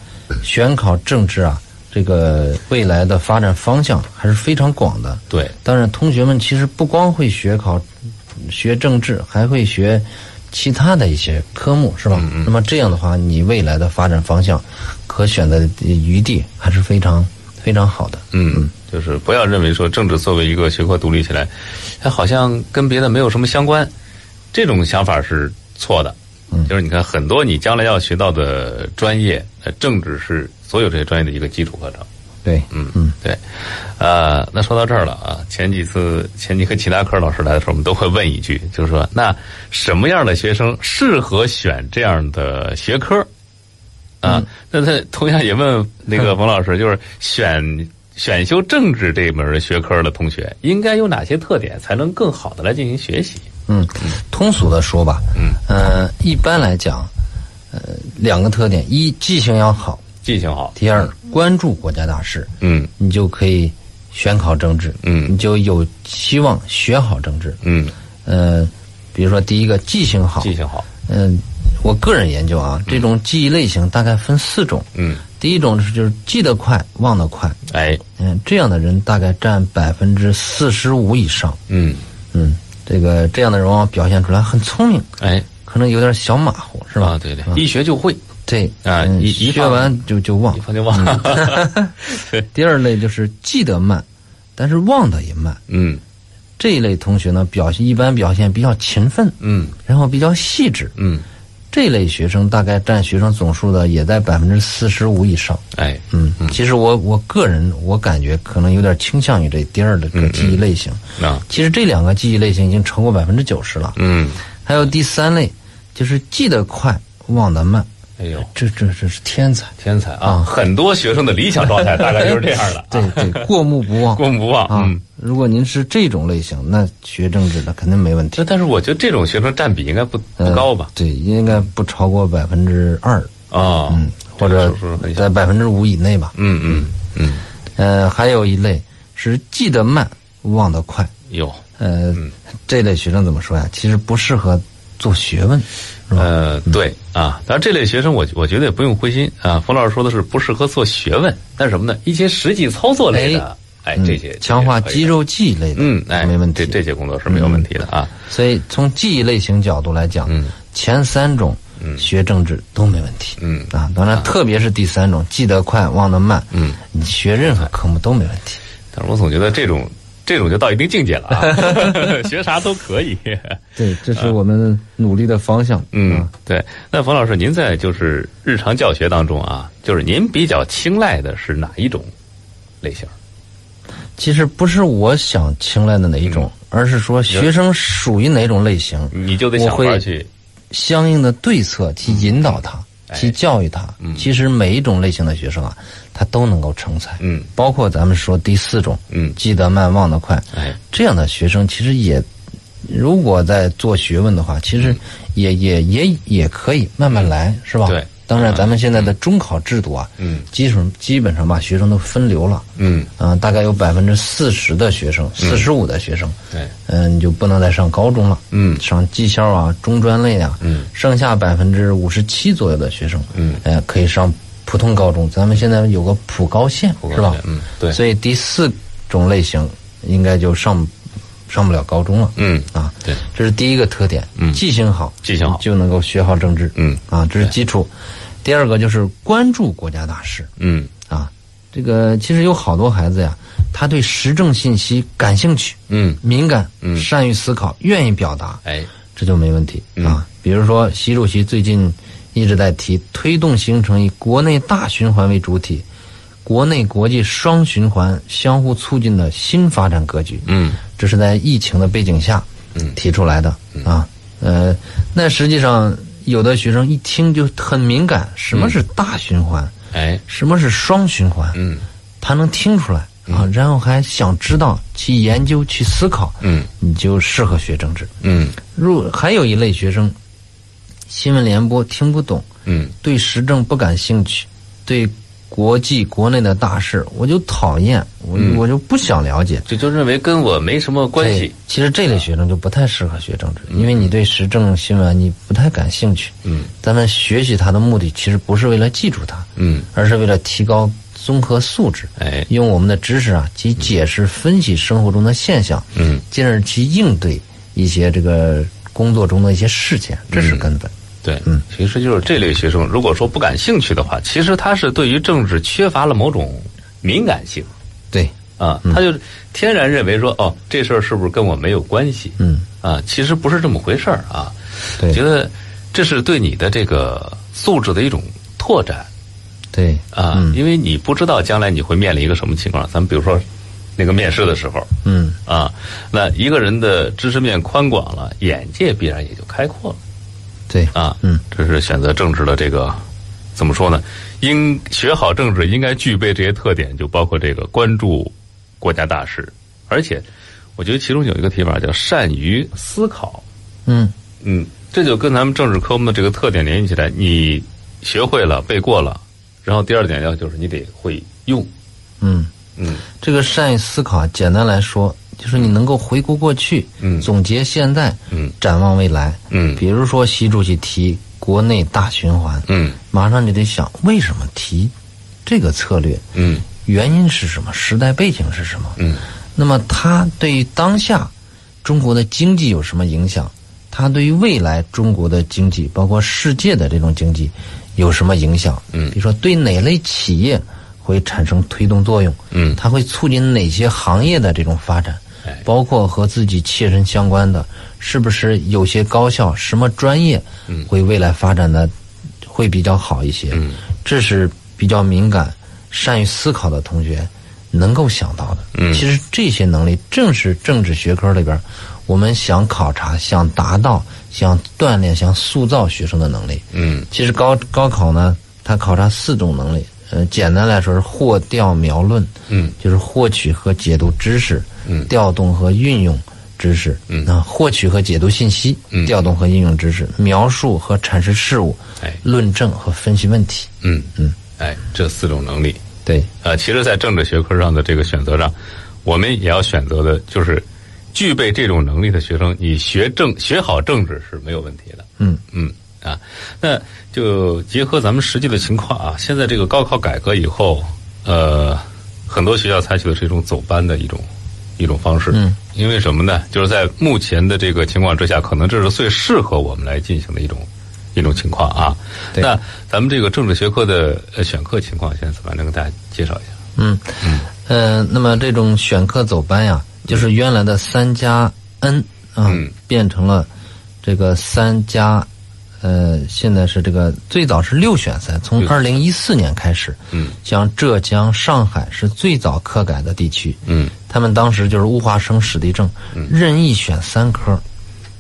[SPEAKER 2] 选考政治啊，这个未来的发展方向还是非常广的。
[SPEAKER 1] 对，
[SPEAKER 2] 当然，同学们其实不光会学考、学政治，还会学其他的一些科目，是
[SPEAKER 1] 嗯
[SPEAKER 2] 吧？那么这样的话，你未来的发展方向、可选的余地还是非常非常好的。
[SPEAKER 1] 嗯，就是不要认为说政治作为一个学科独立起来，它好像跟别的没有什么相关，这种想法是错的。就是你看很多你将来要学到的专业，呃，政治是所有这些专业的一个基础课程。
[SPEAKER 2] 对，
[SPEAKER 1] 嗯嗯，对，呃，那说到这儿了啊，前几次前几和其他科老师来的时候，我们都会问一句，就是说，那什么样的学生适合选这样的学科？啊，那他同样也问那个冯老师，就是选选修政治这门学科的同学，应该有哪些特点，才能更好的来进行学习？
[SPEAKER 2] 嗯，通俗的说吧，
[SPEAKER 1] 嗯，
[SPEAKER 2] 呃，一般来讲，呃，两个特点：一，记性要好；
[SPEAKER 1] 记性好，
[SPEAKER 2] 第二，关注国家大事，
[SPEAKER 1] 嗯
[SPEAKER 2] 你就可以选考政治，
[SPEAKER 1] 嗯
[SPEAKER 2] 你就有希望学好政治。
[SPEAKER 1] 嗯，
[SPEAKER 2] 呃，比如说第一个记性好，
[SPEAKER 1] 记性好，
[SPEAKER 2] 嗯，我个人研究啊，这种记忆类型大概分四种。
[SPEAKER 1] 嗯，
[SPEAKER 2] 第一种是就是记得快，忘得快，
[SPEAKER 1] 哎，
[SPEAKER 2] 嗯，这样的人大概占百分之四十五以上。
[SPEAKER 1] 嗯，
[SPEAKER 2] 嗯，这个这样的人往往表现出来很聪明，
[SPEAKER 1] 哎，
[SPEAKER 2] 可能有点小马虎，是
[SPEAKER 1] 是
[SPEAKER 2] 吧？嗯
[SPEAKER 1] 吧？啊对对，一学就会，
[SPEAKER 2] 对
[SPEAKER 1] 啊
[SPEAKER 2] 嗯
[SPEAKER 1] 一一
[SPEAKER 2] 学
[SPEAKER 1] 放
[SPEAKER 2] 完就就忘
[SPEAKER 1] 一。放就忘 了，对，
[SPEAKER 2] 第二类就是记得慢，但是忘得也慢。
[SPEAKER 1] 嗯
[SPEAKER 2] 这一类同学呢，表现一般表现比较勤奋，
[SPEAKER 1] 嗯
[SPEAKER 2] 然后比较细致。
[SPEAKER 1] 嗯，
[SPEAKER 2] 这类学生大概占学生总数的也在百分之四十五以上。
[SPEAKER 1] 哎，
[SPEAKER 2] 嗯，其实我我个人我感觉可能有点倾向于这第二的这
[SPEAKER 1] 嗯
[SPEAKER 2] 个记忆类型。
[SPEAKER 1] 那
[SPEAKER 2] 其实这两个记忆类型已经超过百分之九十了。
[SPEAKER 1] 啊嗯，
[SPEAKER 2] 还有第三类，就是记得快，忘得慢。
[SPEAKER 1] 哎呦，
[SPEAKER 2] 这这这是天才，
[SPEAKER 1] 天才啊！
[SPEAKER 2] 啊，
[SPEAKER 1] 很多学生的理想状态大概就是这样的 啊
[SPEAKER 2] 对对，过目不忘
[SPEAKER 1] 过目不忘。
[SPEAKER 2] 啊
[SPEAKER 1] 嗯，。
[SPEAKER 2] 如果您是这种类型，那学政治的肯定没问题
[SPEAKER 1] 那。但是我觉得这种学生占比应该不不
[SPEAKER 2] 呃
[SPEAKER 1] 高吧？
[SPEAKER 2] 对，应该不超过百分之二，
[SPEAKER 1] 啊，
[SPEAKER 2] 嗯，
[SPEAKER 1] 这
[SPEAKER 2] 或者
[SPEAKER 1] 个是不是很小？
[SPEAKER 2] 在百分之五以内吧。
[SPEAKER 1] 嗯嗯嗯，
[SPEAKER 2] 呃，还有一类是记得慢，忘得快。
[SPEAKER 1] 有嗯
[SPEAKER 2] 呃，这类学生怎么说呀？其实不适合做学问，是吧？
[SPEAKER 1] 呃，对啊，当然这类学生我我觉得也不用灰心啊。冯老师说的是不适合做学问，但是什么呢？一些实际操作类的，哎，
[SPEAKER 2] 嗯
[SPEAKER 1] 这些
[SPEAKER 2] 强化肌，肉记忆类
[SPEAKER 1] 这些
[SPEAKER 2] 的，
[SPEAKER 1] 可以的嗯，哎，
[SPEAKER 2] 没问题。
[SPEAKER 1] 这这些工作是没有问题的啊。
[SPEAKER 2] 所以从记忆类型角度来讲，
[SPEAKER 1] 嗯
[SPEAKER 2] 前三种学政治都没问题。
[SPEAKER 1] 嗯
[SPEAKER 2] 啊，当然，特别是第三种，记得快，忘得慢。
[SPEAKER 1] 嗯，
[SPEAKER 2] 你学任何科目都没问题。
[SPEAKER 1] 但是我总觉得这种这种就到一定境界了啊，学啥都可以。
[SPEAKER 2] 对，这是我们努力的方向。
[SPEAKER 1] 啊
[SPEAKER 2] 啊
[SPEAKER 1] 嗯，对。那冯老师，您在就是日常教学当中啊，就是您比较青睐的是哪一种类型？
[SPEAKER 2] 其实不是我想青睐的哪一种，
[SPEAKER 1] 嗯
[SPEAKER 2] 而是说学生属于哪种类型，
[SPEAKER 1] 你就得
[SPEAKER 2] 我
[SPEAKER 1] 想
[SPEAKER 2] 会
[SPEAKER 1] 法去，
[SPEAKER 2] 相应的对策去引导他，
[SPEAKER 1] 哎
[SPEAKER 2] 去教育他。其实每一种类型的学生啊，他都能够成才。
[SPEAKER 1] 嗯
[SPEAKER 2] 包括咱们说第四种，
[SPEAKER 1] 嗯，
[SPEAKER 2] 记得慢，忘得快。
[SPEAKER 1] 哎，
[SPEAKER 2] 这样的学生其实也，如果在做学问的话，其
[SPEAKER 1] 嗯
[SPEAKER 2] 实也、也也也可以慢慢来，是吧？
[SPEAKER 1] 对
[SPEAKER 2] 当然，咱们现在的中考制度啊，
[SPEAKER 1] 嗯
[SPEAKER 2] 基础基本上把学生都分流了，
[SPEAKER 1] 嗯，
[SPEAKER 2] 嗯、大概有百分之四十的学生，四十五的学生，
[SPEAKER 1] 对，
[SPEAKER 2] 嗯、你就不能再上高中了，
[SPEAKER 1] 嗯
[SPEAKER 2] 上技校啊、中专类啊，
[SPEAKER 1] 嗯，
[SPEAKER 2] 剩下百分之五十七左右的学生，
[SPEAKER 1] 嗯
[SPEAKER 2] 呃，可以上普通高中。咱们现在有个普高线，
[SPEAKER 1] 普高
[SPEAKER 2] 是吧
[SPEAKER 1] 线？嗯对
[SPEAKER 2] 所以第四种类型应该就上上不了高中了。
[SPEAKER 1] 嗯
[SPEAKER 2] 啊，
[SPEAKER 1] 对，
[SPEAKER 2] 这是第一个特点。
[SPEAKER 1] 嗯
[SPEAKER 2] 记性好，
[SPEAKER 1] 记性好
[SPEAKER 2] 就能够学好政治。
[SPEAKER 1] 嗯
[SPEAKER 2] 啊，这是基础。第二个就是关注国家大事
[SPEAKER 1] 嗯
[SPEAKER 2] 啊。这个其实有好多孩子呀，他对时政信息感兴趣，
[SPEAKER 1] 嗯，
[SPEAKER 2] 敏感，
[SPEAKER 1] 嗯
[SPEAKER 2] 善于思考，愿意表达，
[SPEAKER 1] 哎，
[SPEAKER 2] 这就没问题、
[SPEAKER 1] 嗯
[SPEAKER 2] 啊。比如说，习主席最近一直在提，推动形成以国内大循环为主体、国内国际双循环相互促进的新发展格局。
[SPEAKER 1] 嗯
[SPEAKER 2] 这是在疫情的背景下
[SPEAKER 1] 嗯
[SPEAKER 2] 提出来的、啊。呃，那实际上有的学生一听就很敏感，什
[SPEAKER 1] 嗯
[SPEAKER 2] 么是大循环，
[SPEAKER 1] 哎，
[SPEAKER 2] 什么是双循环，
[SPEAKER 1] 嗯
[SPEAKER 2] 他能听出来啊，然后还想知道去研究去思考，
[SPEAKER 1] 嗯
[SPEAKER 2] 你就适合学政治。
[SPEAKER 1] 嗯
[SPEAKER 2] 如还有一类学生，新闻联播听不懂，
[SPEAKER 1] 嗯
[SPEAKER 2] 对时政不感兴趣，对国际国内的大事我就讨厌，我、我就不想了解。
[SPEAKER 1] 就就认为跟我没什么嗯关
[SPEAKER 2] 对
[SPEAKER 1] 系。
[SPEAKER 2] 其实这类学生就不太适合学政治，因为你对时政新闻你不太感兴趣。
[SPEAKER 1] 嗯，
[SPEAKER 2] 咱们学习它的目的其实不是为了记住它，
[SPEAKER 1] 嗯，
[SPEAKER 2] 而是为了提高综合素质。
[SPEAKER 1] 哎，
[SPEAKER 2] 用我们的知识啊，及解释、分析生活中的现象，
[SPEAKER 1] 嗯，
[SPEAKER 2] 进而去应对一些这个工作中的一些事件，
[SPEAKER 1] 嗯
[SPEAKER 2] 这是根本。
[SPEAKER 1] 对，
[SPEAKER 2] 嗯
[SPEAKER 1] 其实就是这类学生，如果说不感兴趣的话，其实他是对于政治缺乏了某种敏感性
[SPEAKER 2] 对，
[SPEAKER 1] 啊，
[SPEAKER 2] 嗯
[SPEAKER 1] 他就天然认为说，哦，这事儿是不是跟我没有关系？
[SPEAKER 2] 嗯，
[SPEAKER 1] 啊，其实不是这么回事儿啊。
[SPEAKER 2] 对
[SPEAKER 1] 觉得这是对你的这个素质的一种拓展
[SPEAKER 2] 对，嗯
[SPEAKER 1] 啊，因为你不知道将来你会面临一个什么情况。咱们比如说那个面试的时候
[SPEAKER 2] 嗯，
[SPEAKER 1] 啊，那一个人的知识面宽广了，眼界必然也就开阔了。
[SPEAKER 2] 对，
[SPEAKER 1] 啊，
[SPEAKER 2] 嗯，
[SPEAKER 1] 这是选择政治的这个怎么说呢？应学好政治应该具备这些特点，就包括这个关注国家大事，而且我觉得其中有一个提法叫善于思考，
[SPEAKER 2] 嗯，
[SPEAKER 1] 嗯，这就跟咱们政治科目的这个特点联系起来，你学会了背过了，然后第二点要就是你得会用，
[SPEAKER 2] 嗯。
[SPEAKER 1] 嗯
[SPEAKER 2] 这个善于思考，啊简单来说，就是你能够回顾过去，
[SPEAKER 1] 嗯
[SPEAKER 2] 总结现在，
[SPEAKER 1] 嗯
[SPEAKER 2] 展望未来。
[SPEAKER 1] 嗯
[SPEAKER 2] 比如说习主席提国内大循环，
[SPEAKER 1] 嗯
[SPEAKER 2] 马上就得想为什么提这个策略，
[SPEAKER 1] 嗯
[SPEAKER 2] 原因是什么，时代背景是什么。
[SPEAKER 1] 嗯
[SPEAKER 2] 那么它对于当下中国的经济有什么影响？它对于未来中国的经济，包括世界的这种经济，有什么影响？
[SPEAKER 1] 嗯
[SPEAKER 2] 比如说对哪类企业会产生推动作用？
[SPEAKER 1] 嗯
[SPEAKER 2] 它会促进哪些行业的这种发展
[SPEAKER 1] 哎？
[SPEAKER 2] 包括和自己切身相关的，是不是有些高校、什么专业会未来发展的会比较好一些？
[SPEAKER 1] 嗯
[SPEAKER 2] 这是比较敏感、善于思考的同学能够想到的。
[SPEAKER 1] 嗯
[SPEAKER 2] 其实这些能力正是政治学科里边我们想考察、想达到、想锻炼、想塑造学生的能力。
[SPEAKER 1] 嗯
[SPEAKER 2] 其实高高考呢，它考察四种能力，呃，简单来说是获调苗论，
[SPEAKER 1] 嗯，
[SPEAKER 2] 就是获取和解读知识，
[SPEAKER 1] 嗯
[SPEAKER 2] 调动和运用知识，
[SPEAKER 1] 嗯
[SPEAKER 2] 啊，获取和解读信息，
[SPEAKER 1] 嗯
[SPEAKER 2] 调动和运用知识，描述和阐释事物，
[SPEAKER 1] 哎
[SPEAKER 2] 论证和分析问题，
[SPEAKER 1] 嗯
[SPEAKER 2] 嗯，
[SPEAKER 1] 哎，这四种能力，
[SPEAKER 2] 对，
[SPEAKER 1] 呃，其实，在政治学科上的这个选择上，我们也要选择的就是具备这种能力的学生，你学政学好政治是没有问题的。
[SPEAKER 2] 嗯，
[SPEAKER 1] 嗯，啊。那就结合咱们实际的情况啊，现在这个高考改革以后，呃，很多学校采取的是一种走班的一种一种方式。
[SPEAKER 2] 嗯，
[SPEAKER 1] 因为什么呢？就是在目前的这个情况之下，可能这是最适合我们来进行的一种一种情况啊。
[SPEAKER 2] 对
[SPEAKER 1] 那咱们这个政治学科的呃选课情况，现在怎么样？能跟大家介绍一下？
[SPEAKER 2] 嗯，呃，那么这种选课走班呀，就是原来的三加 N 啊，
[SPEAKER 1] 嗯
[SPEAKER 2] 变成了这个三加，呃，现在是这个最早是六选三，从
[SPEAKER 1] 六
[SPEAKER 2] 二零一四年开始，
[SPEAKER 1] 嗯，
[SPEAKER 2] 像浙江、上海是最早课改的地区，
[SPEAKER 1] 嗯
[SPEAKER 2] 他们当时就是物化生、史地政，任意选三科，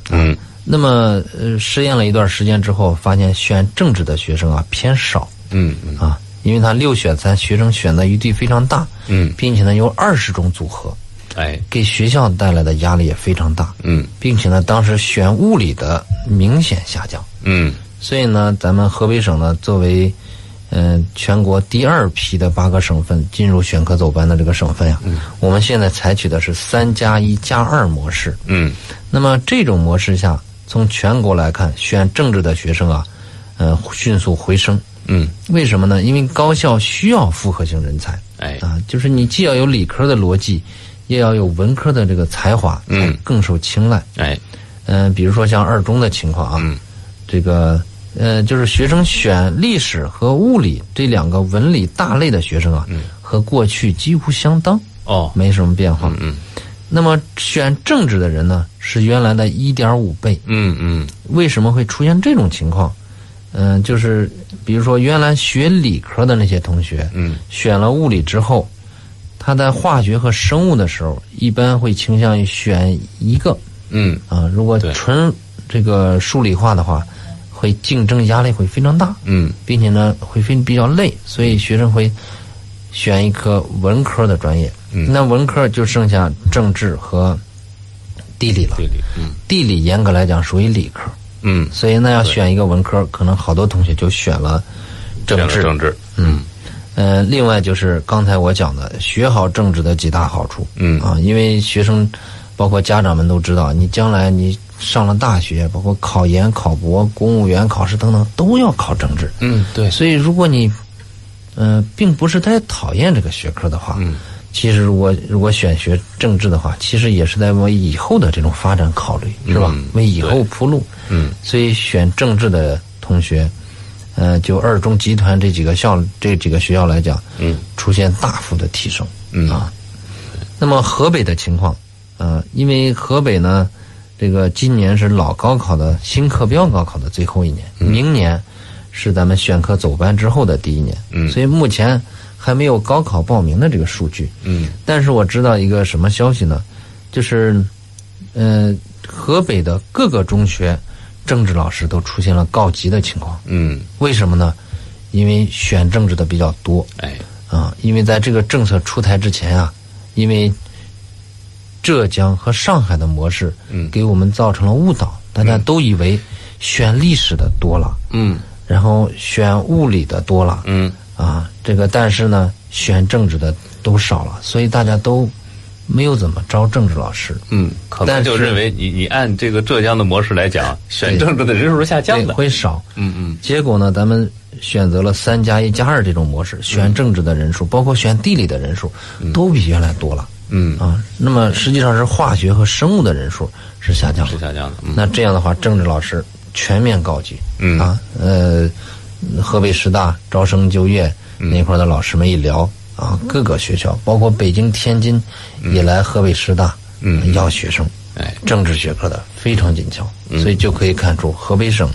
[SPEAKER 1] 嗯
[SPEAKER 2] 那么呃，实验了一段时间之后，发现选政治的学生啊偏少
[SPEAKER 1] 嗯嗯
[SPEAKER 2] 啊，因为他六选三，学生选择余地非常大，
[SPEAKER 1] 嗯，
[SPEAKER 2] 并且呢有二十种组合，
[SPEAKER 1] 哎，
[SPEAKER 2] 给学校带来的压力也非常大，
[SPEAKER 1] 嗯
[SPEAKER 2] 并且呢当时选物理的明显下降，
[SPEAKER 1] 嗯
[SPEAKER 2] 所以呢咱们河北省呢作为嗯、呃全国第二批的八个省份进入选科走班的这个省份呀、我们现在采取的是三加一加二模式，
[SPEAKER 1] 嗯
[SPEAKER 2] 那么这种模式下，从全国来看，选政治的学生啊，呃，迅速回升。
[SPEAKER 1] 嗯，
[SPEAKER 2] 为什么呢？因为高校需要复合型人才
[SPEAKER 1] 哎，
[SPEAKER 2] 啊，就是你既要有理科的逻辑，也要有文科的这个才华，
[SPEAKER 1] 嗯
[SPEAKER 2] 才更受青睐。
[SPEAKER 1] 哎，
[SPEAKER 2] 嗯、比如说像二中的情况啊，
[SPEAKER 1] 嗯
[SPEAKER 2] 这个呃，就是学生选历史和物理这两个文理大类的学生啊，
[SPEAKER 1] 嗯
[SPEAKER 2] 和过去几乎相当，
[SPEAKER 1] 哦，
[SPEAKER 2] 没什么变化。
[SPEAKER 1] 嗯
[SPEAKER 2] 那么选政治的人呢，是原来的1.5倍。
[SPEAKER 1] 嗯嗯
[SPEAKER 2] 为什么会出现这种情况？嗯、就是比如说原来学理科的那些同学，
[SPEAKER 1] 嗯，
[SPEAKER 2] 选了物理之后，他在化学和生物的时候，一般会倾向于选一个
[SPEAKER 1] 嗯
[SPEAKER 2] 啊、如果
[SPEAKER 1] 对
[SPEAKER 2] 纯这个数理化的话，会竞争压力会非常大，
[SPEAKER 1] 嗯
[SPEAKER 2] 并且呢会非比较累，所以学生会选一科文科的专业。
[SPEAKER 1] 嗯
[SPEAKER 2] 那文科就剩下政治和地理了
[SPEAKER 1] 对。对，嗯
[SPEAKER 2] 地理严格来讲属于理科，
[SPEAKER 1] 嗯，
[SPEAKER 2] 所以呢要选一个文科，可能好多同学就选了政治。
[SPEAKER 1] 政治，
[SPEAKER 2] 嗯，呃，另外就是刚才我讲的，学好政治的几大好处。
[SPEAKER 1] 嗯
[SPEAKER 2] 啊，因为学生包括家长们都知道，你将来你上了大学，包括考研、考博、公务员考试等等，都要考政治。
[SPEAKER 1] 嗯对，
[SPEAKER 2] 所以如果你，呃，并不是太讨厌这个学科的话，
[SPEAKER 1] 嗯
[SPEAKER 2] 其实如果如果选学政治的话，其实也是在为以后的这种发展考虑，是吧？
[SPEAKER 1] 嗯
[SPEAKER 2] 为以后铺路。
[SPEAKER 1] 嗯
[SPEAKER 2] 所以选政治的同学，呃，就二中集团这几个校这几个学校来讲，
[SPEAKER 1] 嗯
[SPEAKER 2] 出现大幅的提升。
[SPEAKER 1] 嗯
[SPEAKER 2] 啊，那么河北的情况，呃，因为河北呢，这个今年是老高考的新课标高考的最后一年，
[SPEAKER 1] 嗯
[SPEAKER 2] 明年是咱们选课走班之后的第一年，
[SPEAKER 1] 嗯
[SPEAKER 2] 所以目前还没有高考报名的这个数据，
[SPEAKER 1] 嗯
[SPEAKER 2] 但是我知道一个什么消息呢？就是，呃，河北的各个中学政治老师都出现了告急的情况，
[SPEAKER 1] 嗯，
[SPEAKER 2] 为什么呢？因为选政治的比较多，
[SPEAKER 1] 哎，
[SPEAKER 2] 啊，因为在这个政策出台之前啊，因为浙江和上海的模式，
[SPEAKER 1] 嗯
[SPEAKER 2] 给我们造成了误导，大家都以为选历史的多了，
[SPEAKER 1] 嗯
[SPEAKER 2] 然后选物理的多了，
[SPEAKER 1] 嗯
[SPEAKER 2] 啊，这个但是呢，选政治的都少了，所以大家都没有怎么招政治老师。
[SPEAKER 1] 嗯，可能就认为你你按这个浙江的模式来讲，选政治的人数是下降
[SPEAKER 2] 对，
[SPEAKER 1] 的，
[SPEAKER 2] 会少。
[SPEAKER 1] 嗯嗯
[SPEAKER 2] 结果呢，咱们选择了三加一加二这种模式，
[SPEAKER 1] 嗯
[SPEAKER 2] 选政治的人数，包括选地理的人数，都比原来多了。
[SPEAKER 1] 嗯，
[SPEAKER 2] 啊，那么实际上是化学和生物的人数是下降
[SPEAKER 1] 是
[SPEAKER 2] 了。
[SPEAKER 1] 下降的，嗯
[SPEAKER 2] 那这样的话，政治老师全面告急。
[SPEAKER 1] 嗯
[SPEAKER 2] 啊，呃，河北师大招生就业
[SPEAKER 1] 嗯
[SPEAKER 2] 那块儿的老师们一聊啊，各个学校，包括北京、天津，也来河北师大
[SPEAKER 1] 嗯
[SPEAKER 2] 要学生，
[SPEAKER 1] 哎，嗯
[SPEAKER 2] 政治学科的非常紧俏，所以就可以看出河北省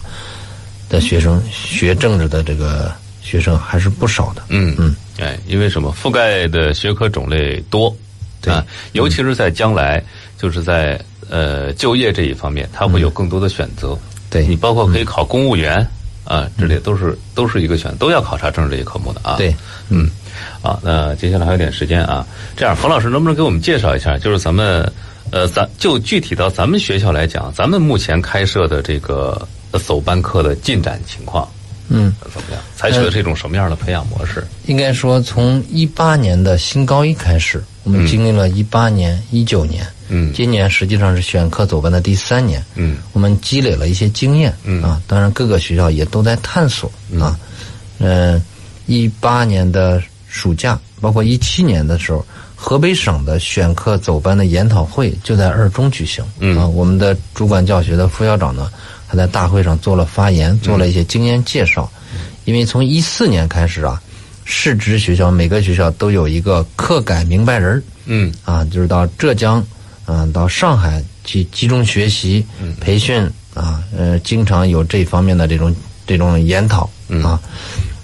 [SPEAKER 2] 的学生学政治的这个学生还是不少的。
[SPEAKER 1] 嗯嗯，哎，因为什么？覆盖的学科种类多，
[SPEAKER 2] 对
[SPEAKER 1] 啊，尤其是在将来，就是在呃就业这一方面，它会有更多的选择。
[SPEAKER 2] 对
[SPEAKER 1] 你包括可以考公务员啊，这类都是都是一个选，都要考察政治这一科目的啊。
[SPEAKER 2] 对，
[SPEAKER 1] 嗯，好，那接下来还有点时间啊，这样，冯老师能不能给我们介绍一下，就是咱们呃，咱就具体到咱们学校来讲，咱们目前开设的这个呃走班课的进展情况
[SPEAKER 2] 嗯，
[SPEAKER 1] 呃怎么样？采取的是一种什么样的培养模式？
[SPEAKER 2] 应该说，从一八年的新高一开始，我们经历了一八年、一九年，
[SPEAKER 1] 嗯
[SPEAKER 2] 今年实际上是选科走班的第三年，
[SPEAKER 1] 嗯
[SPEAKER 2] 我们积累了一些经验，
[SPEAKER 1] 嗯
[SPEAKER 2] 啊，当然各个学校也都在探索啊，嗯，一八年的暑假，包括一七年的时候，河北省的选课走班的研讨会就在二中举行，
[SPEAKER 1] 嗯
[SPEAKER 2] 啊，我们的主管教学的副校长呢，他在大会上做了发言，做
[SPEAKER 1] 嗯
[SPEAKER 2] 了一些经验介绍，因为从一四年开始啊，市直学校每个学校都有一个课改明白人儿，
[SPEAKER 1] 嗯
[SPEAKER 2] 啊，就是到浙江，啊，到上海去集中学习、培训啊，呃，经常有这方面的这种这种研讨啊。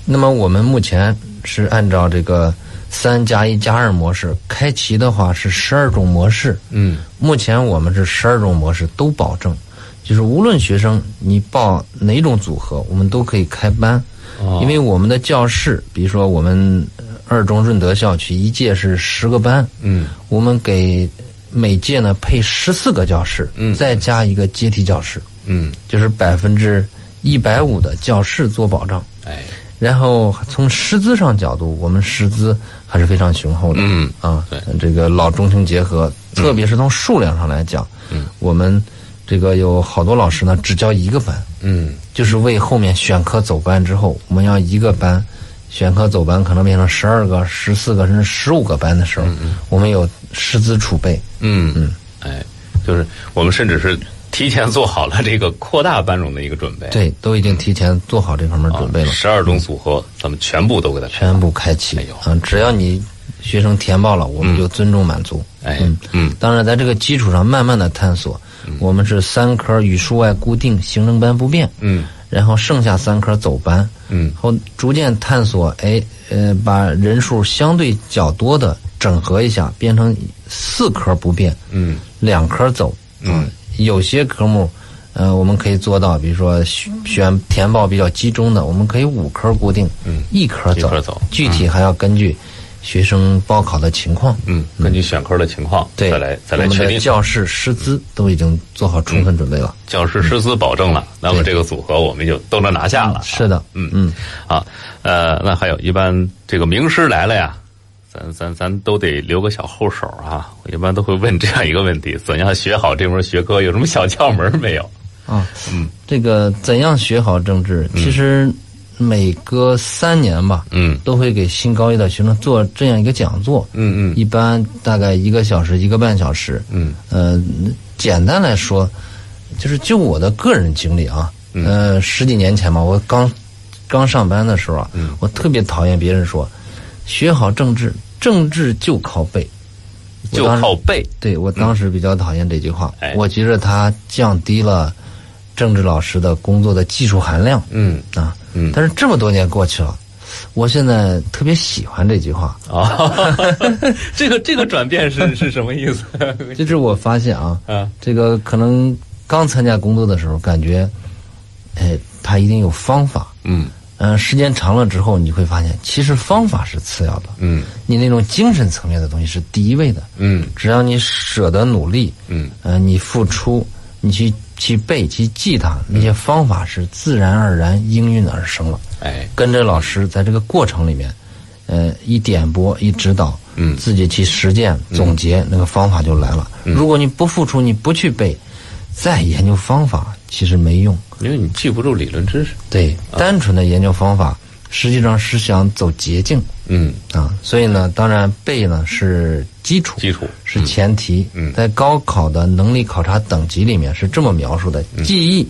[SPEAKER 2] 那么我们目前是按照这个三加一加二模式，开齐的话是十二种模式。
[SPEAKER 1] 嗯
[SPEAKER 2] 目前我们是十二种模式都保证，就是无论学生你报哪种组合，我们都可以开班。
[SPEAKER 1] 哦
[SPEAKER 2] 因为我们的教室，比如说我们呃二中润德校区一届是十个班，
[SPEAKER 1] 嗯
[SPEAKER 2] 我们给每届呢配十四个教室，
[SPEAKER 1] 嗯
[SPEAKER 2] 再加一个阶梯教室，
[SPEAKER 1] 嗯，
[SPEAKER 2] 就是百分之一百五的教室做保障。
[SPEAKER 1] 哎，
[SPEAKER 2] 然后从师资上角度，我们师资还是非常雄厚的，
[SPEAKER 1] 嗯
[SPEAKER 2] 啊
[SPEAKER 1] 对，嗯
[SPEAKER 2] 这个老中青结合，特别是从数量上来讲，嗯，我们这个有好多老师呢只教一个班，
[SPEAKER 1] 嗯
[SPEAKER 2] 就是为后面选科走班之后，我们要一个班，选科走班可能变成十二个、十四个甚至十五个班的时候，我们有师资储备。
[SPEAKER 1] 嗯嗯，哎，就是我们甚至是提前做好了这个扩大班容的一个准备，
[SPEAKER 2] 对，都已经提前做好这方面
[SPEAKER 1] 啊，
[SPEAKER 2] 准备了，
[SPEAKER 1] 十二种组合，咱们全部都给它开。
[SPEAKER 2] 全部开启
[SPEAKER 1] 哎呦。
[SPEAKER 2] 嗯，只要你学生填报了，我们就尊重满足。
[SPEAKER 1] 哎
[SPEAKER 2] 嗯，
[SPEAKER 1] 嗯
[SPEAKER 2] 当然在这个基础上慢慢的探索。我们是三科语数外固定，行政班不变。
[SPEAKER 1] 嗯
[SPEAKER 2] 然后剩下三科走班，
[SPEAKER 1] 嗯
[SPEAKER 2] 后逐渐探索，哎，呃，把人数相对较多的整合一下，变成四科不变，
[SPEAKER 1] 嗯
[SPEAKER 2] 两科走，嗯，有些科目，呃，我们可以做到，比如说选选填报比较集中的，我们可以五科固定，
[SPEAKER 1] 嗯
[SPEAKER 2] 一科
[SPEAKER 1] 一
[SPEAKER 2] 走，
[SPEAKER 1] 科走
[SPEAKER 2] 具体还要根据学生报考的情况，
[SPEAKER 1] 嗯，根据选科的情况，
[SPEAKER 2] 对，
[SPEAKER 1] 再来再来
[SPEAKER 2] 我们
[SPEAKER 1] 确
[SPEAKER 2] 的
[SPEAKER 1] 定。嗯
[SPEAKER 2] 教室师资都已经做好充分准备了，
[SPEAKER 1] 教师师资保证了，那么
[SPEAKER 2] 对
[SPEAKER 1] 这个组合我们就都能拿下了。
[SPEAKER 2] 是的，
[SPEAKER 1] 嗯
[SPEAKER 2] 嗯。
[SPEAKER 1] 啊，呃，那还有一般这个名师来了呀，咱咱咱都得留个小后手啊。我一般都会问这样一个问题：怎样学好这门学科？有什么小窍门没有？
[SPEAKER 2] 啊，
[SPEAKER 1] 嗯
[SPEAKER 2] 这个怎样学好政治？其实每隔三年吧，
[SPEAKER 1] 嗯
[SPEAKER 2] 都会给新高一的学生做这样一个讲座，
[SPEAKER 1] 嗯嗯
[SPEAKER 2] 一般大概一个小时、一个半小时。
[SPEAKER 1] 嗯
[SPEAKER 2] 呃，简单来说，就是就我的个人经历啊，
[SPEAKER 1] 嗯
[SPEAKER 2] 呃，十几年前吧，我刚刚上班的时候啊，
[SPEAKER 1] 嗯
[SPEAKER 2] 我特别讨厌别人说学好政治，政治就靠背，我
[SPEAKER 1] 就
[SPEAKER 2] 当时
[SPEAKER 1] 靠背。嗯
[SPEAKER 2] 对我当时比较讨厌这句话，
[SPEAKER 1] 哎
[SPEAKER 2] 我觉得它降低了政治老师的工作的技术含量
[SPEAKER 1] 嗯
[SPEAKER 2] 啊。
[SPEAKER 1] 嗯
[SPEAKER 2] 但是这么多年过去了，我现在特别喜欢这句话，
[SPEAKER 1] 啊， 这个这个转变是是什么意思？
[SPEAKER 2] 就是我发现啊，
[SPEAKER 1] 啊，
[SPEAKER 2] 这个可能刚参加工作的时候感觉，哎，它一定有方法。
[SPEAKER 1] 嗯
[SPEAKER 2] 嗯、时间长了之后，你会发现其实方法是次要的，
[SPEAKER 1] 嗯
[SPEAKER 2] 你那种精神层面的东西是第一位的。
[SPEAKER 1] 嗯
[SPEAKER 2] 只要你舍得努力，
[SPEAKER 1] 嗯，
[SPEAKER 2] 呃，你付出，你去去背、去记它，那些方法是自然而然应运而生了。
[SPEAKER 1] 哎，
[SPEAKER 2] 跟着老师在这个过程里面，呃，一点拨、一指导，
[SPEAKER 1] 嗯
[SPEAKER 2] 自己去实践、总结，那个方法就来了。如果你不付出，你不去背，再研究方法其实没用。
[SPEAKER 1] 因为你记不住理论知识。
[SPEAKER 2] 对，
[SPEAKER 1] 啊
[SPEAKER 2] 单纯的研究方法，实际上是想走捷径
[SPEAKER 1] 嗯，
[SPEAKER 2] 啊。所以呢，当然背呢是基础，
[SPEAKER 1] 基础
[SPEAKER 2] 是前提。
[SPEAKER 1] 嗯
[SPEAKER 2] 在高考的能力考察等级里面是这么描述的：记忆、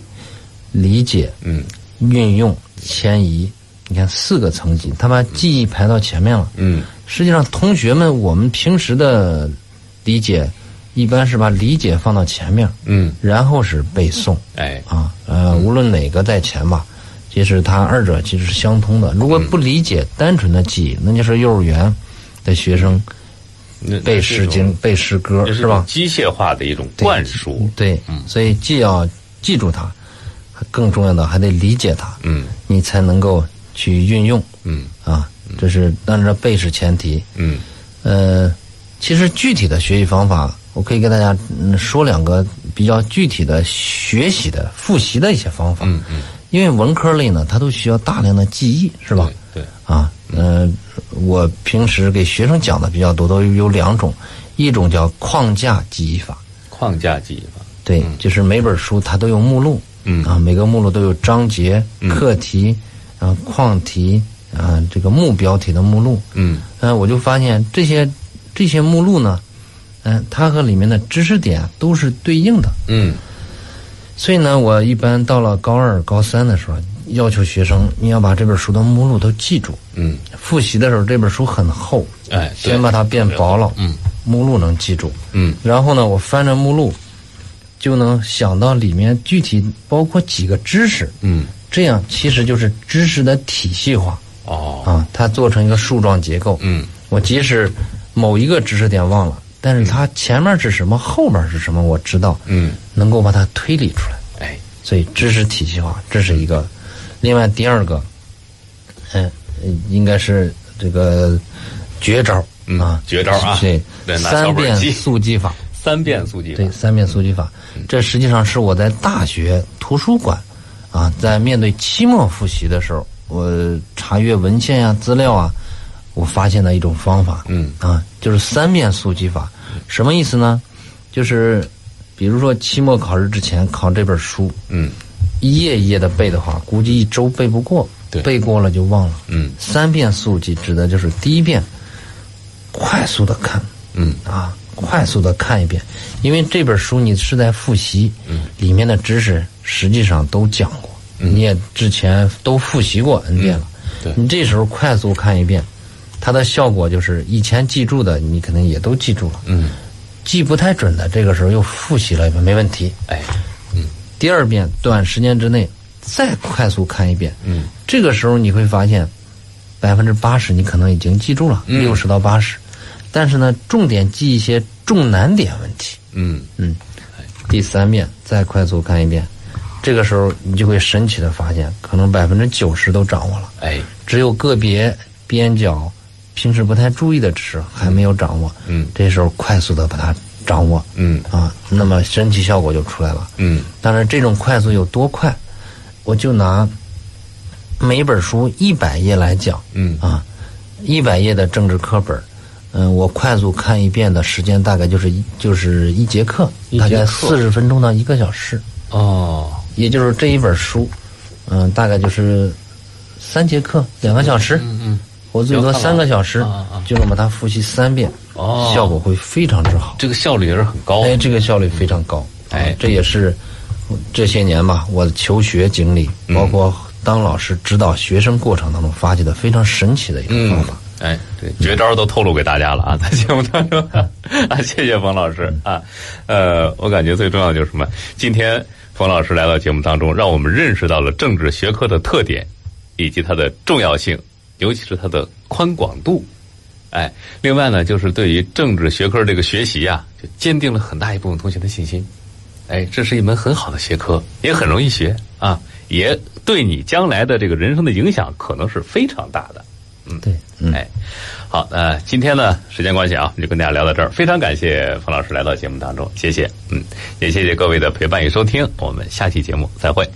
[SPEAKER 2] 理解、
[SPEAKER 1] 嗯
[SPEAKER 2] 运用、迁移。你看四个层级，他把记忆排到前面了。
[SPEAKER 1] 嗯
[SPEAKER 2] 实际上，同学们我们平时的理解，一般是把理解放到前面，
[SPEAKER 1] 嗯，
[SPEAKER 2] 然后是背诵
[SPEAKER 1] 哎，
[SPEAKER 2] 啊。呃，无论哪个在前吧，其实它二者其实是相通的。如果不理解，单纯的记忆，
[SPEAKER 1] 嗯
[SPEAKER 2] 那就是幼儿园的学生
[SPEAKER 1] 嗯那
[SPEAKER 2] 背《诗经》、背诗歌，
[SPEAKER 1] 这
[SPEAKER 2] 是
[SPEAKER 1] 种
[SPEAKER 2] 吧？
[SPEAKER 1] 机械化的一种灌输。嗯
[SPEAKER 2] 对，所以既要记住它，更重要的还得理解它，
[SPEAKER 1] 嗯
[SPEAKER 2] 你才能够去运用
[SPEAKER 1] 嗯
[SPEAKER 2] 啊。这是当然背是前提，
[SPEAKER 1] 嗯
[SPEAKER 2] 呃，其实具体的学习方法，我可以跟大家嗯说两个比较具体的学习的复习的一些方法。
[SPEAKER 1] 嗯嗯，
[SPEAKER 2] 因为文科类呢，它都需要大量的记忆，是吧？
[SPEAKER 1] 对，对
[SPEAKER 2] 啊，嗯、我平时给学生讲的比较多，都有两种，一种叫框架记忆法，
[SPEAKER 1] 框架记忆法。
[SPEAKER 2] 对，就是每本书它都有目录，
[SPEAKER 1] 嗯
[SPEAKER 2] 啊，每个目录都有章节、课题，然后矿题，啊，这个目标题的目录，
[SPEAKER 1] 嗯
[SPEAKER 2] 嗯、我就发现这些这些目录呢，嗯、它和里面的知识点都是对应的，
[SPEAKER 1] 嗯
[SPEAKER 2] 所以呢，我一般到了高二、高三的时候，要求学生你要把这本书的目录都记住。
[SPEAKER 1] 嗯，
[SPEAKER 2] 复习的时候，这本书很厚，
[SPEAKER 1] 哎，对
[SPEAKER 2] 先把它变薄了，
[SPEAKER 1] 嗯
[SPEAKER 2] 目录能记住。
[SPEAKER 1] 嗯
[SPEAKER 2] 然后呢，我翻着目录，就能想到里面具体包括几个知识，
[SPEAKER 1] 嗯，
[SPEAKER 2] 这样其实就是知识的体系化
[SPEAKER 1] 哦，
[SPEAKER 2] 啊，它做成一个树状结构。
[SPEAKER 1] 嗯
[SPEAKER 2] 我即使某一个知识点忘了，但是它前面是什么，后面是什么，我知道，
[SPEAKER 1] 嗯，
[SPEAKER 2] 能够把它推理出来。
[SPEAKER 1] 哎，
[SPEAKER 2] 所以知识体系化，这是一个。另外第二个，嗯，应该是这个绝招
[SPEAKER 1] 嗯
[SPEAKER 2] 啊，
[SPEAKER 1] 绝招啊
[SPEAKER 2] 对，
[SPEAKER 1] 对拿小
[SPEAKER 2] 三
[SPEAKER 1] 本
[SPEAKER 2] 遍
[SPEAKER 1] 记
[SPEAKER 2] 速记法，
[SPEAKER 1] 三遍速记法
[SPEAKER 2] 对，，三遍速记法，这实际上是我在大学图书馆啊，在面对期末复习的时候，我查阅文献呀、资料啊，我发现的一种方法。
[SPEAKER 1] 嗯
[SPEAKER 2] 啊，就是三遍速记法，什么意思呢？就是比如说期末考试之前考这本书，
[SPEAKER 1] 嗯
[SPEAKER 2] 一页一页的背的话，估计一周背不过
[SPEAKER 1] 对，
[SPEAKER 2] 背过了就忘了。
[SPEAKER 1] 嗯
[SPEAKER 2] 三遍速记指的就是第一遍快速的看，
[SPEAKER 1] 嗯
[SPEAKER 2] 啊，快速的看一遍，因为这本书你是在复习，里面的知识实际上都讲过，你也之前都复习过 n 遍了，
[SPEAKER 1] 对
[SPEAKER 2] 你这时候快速看一遍，它的效果就是以前记住的你肯定也都记住了，
[SPEAKER 1] 嗯，
[SPEAKER 2] 记不太准的这个时候又复习了一遍，没问题。
[SPEAKER 1] 哎，
[SPEAKER 2] 第二遍短时间之内再快速看一遍，
[SPEAKER 1] 嗯，
[SPEAKER 2] 这个时候你会发现，百分之八十你可能已经记住了，
[SPEAKER 1] 嗯
[SPEAKER 2] 六十、到八十，但是呢，重点记一些重难点问题，
[SPEAKER 1] 嗯
[SPEAKER 2] 嗯，第三遍再快速看一遍，这个时候你就会神奇的发现，可能百分之九十都掌握了，
[SPEAKER 1] 哎，
[SPEAKER 2] 只有个别边角平时不太注意的知识还没有掌握，
[SPEAKER 1] 嗯
[SPEAKER 2] 这时候快速的把它掌握，
[SPEAKER 1] 嗯
[SPEAKER 2] 啊，那么神奇效果就出来了，
[SPEAKER 1] 嗯
[SPEAKER 2] 但是这种快速有多快？我就拿每本书一百页来讲
[SPEAKER 1] 嗯
[SPEAKER 2] 啊，一百页的政治课本，嗯、我快速看一遍的时间大概就是一就是一节课，
[SPEAKER 1] 一节
[SPEAKER 2] 大
[SPEAKER 1] 课
[SPEAKER 2] 概四十分钟到一个小时，
[SPEAKER 1] 哦，
[SPEAKER 2] 也就是这一本书，嗯、大概就是三节课两个小时，
[SPEAKER 1] 嗯嗯，
[SPEAKER 2] 我最多三个小时，
[SPEAKER 1] 要看完啊啊啊
[SPEAKER 2] 就这么把它复习三遍，
[SPEAKER 1] 哦
[SPEAKER 2] 效果会非常之好。
[SPEAKER 1] 这个效率也是很高，
[SPEAKER 2] 哎，这个效率非常高。
[SPEAKER 1] 哦哎
[SPEAKER 2] 这也是这些年吧，我的求学经历，
[SPEAKER 1] 嗯
[SPEAKER 2] 包括当老师指导学生过程当中发现的非常神奇的一个方
[SPEAKER 1] 嗯
[SPEAKER 2] 法。，
[SPEAKER 1] 哎，对，绝招都透露给大家了啊， 在节目当中啊，谢谢冯老师啊，呃，我感觉最重要的就是什么？今天冯老师来到节目当中，让我们认识到了政治学科的特点以及它的重要性，尤其是它的宽广度。哎，另外呢，就是对于政治学科这个学习啊，就坚定了很大一部分同学的信心。哎，这是一门很好的学科，也很容易学啊，也对你将来的这个人生的影响可能是非常大的。
[SPEAKER 2] 对，嗯，
[SPEAKER 1] 哎，好，那今天呢，时间关系啊，我们就跟大家聊到这儿。非常感谢冯老师来到节目当中，谢谢，嗯，也谢谢各位的陪伴与收听，我们下期节目再会。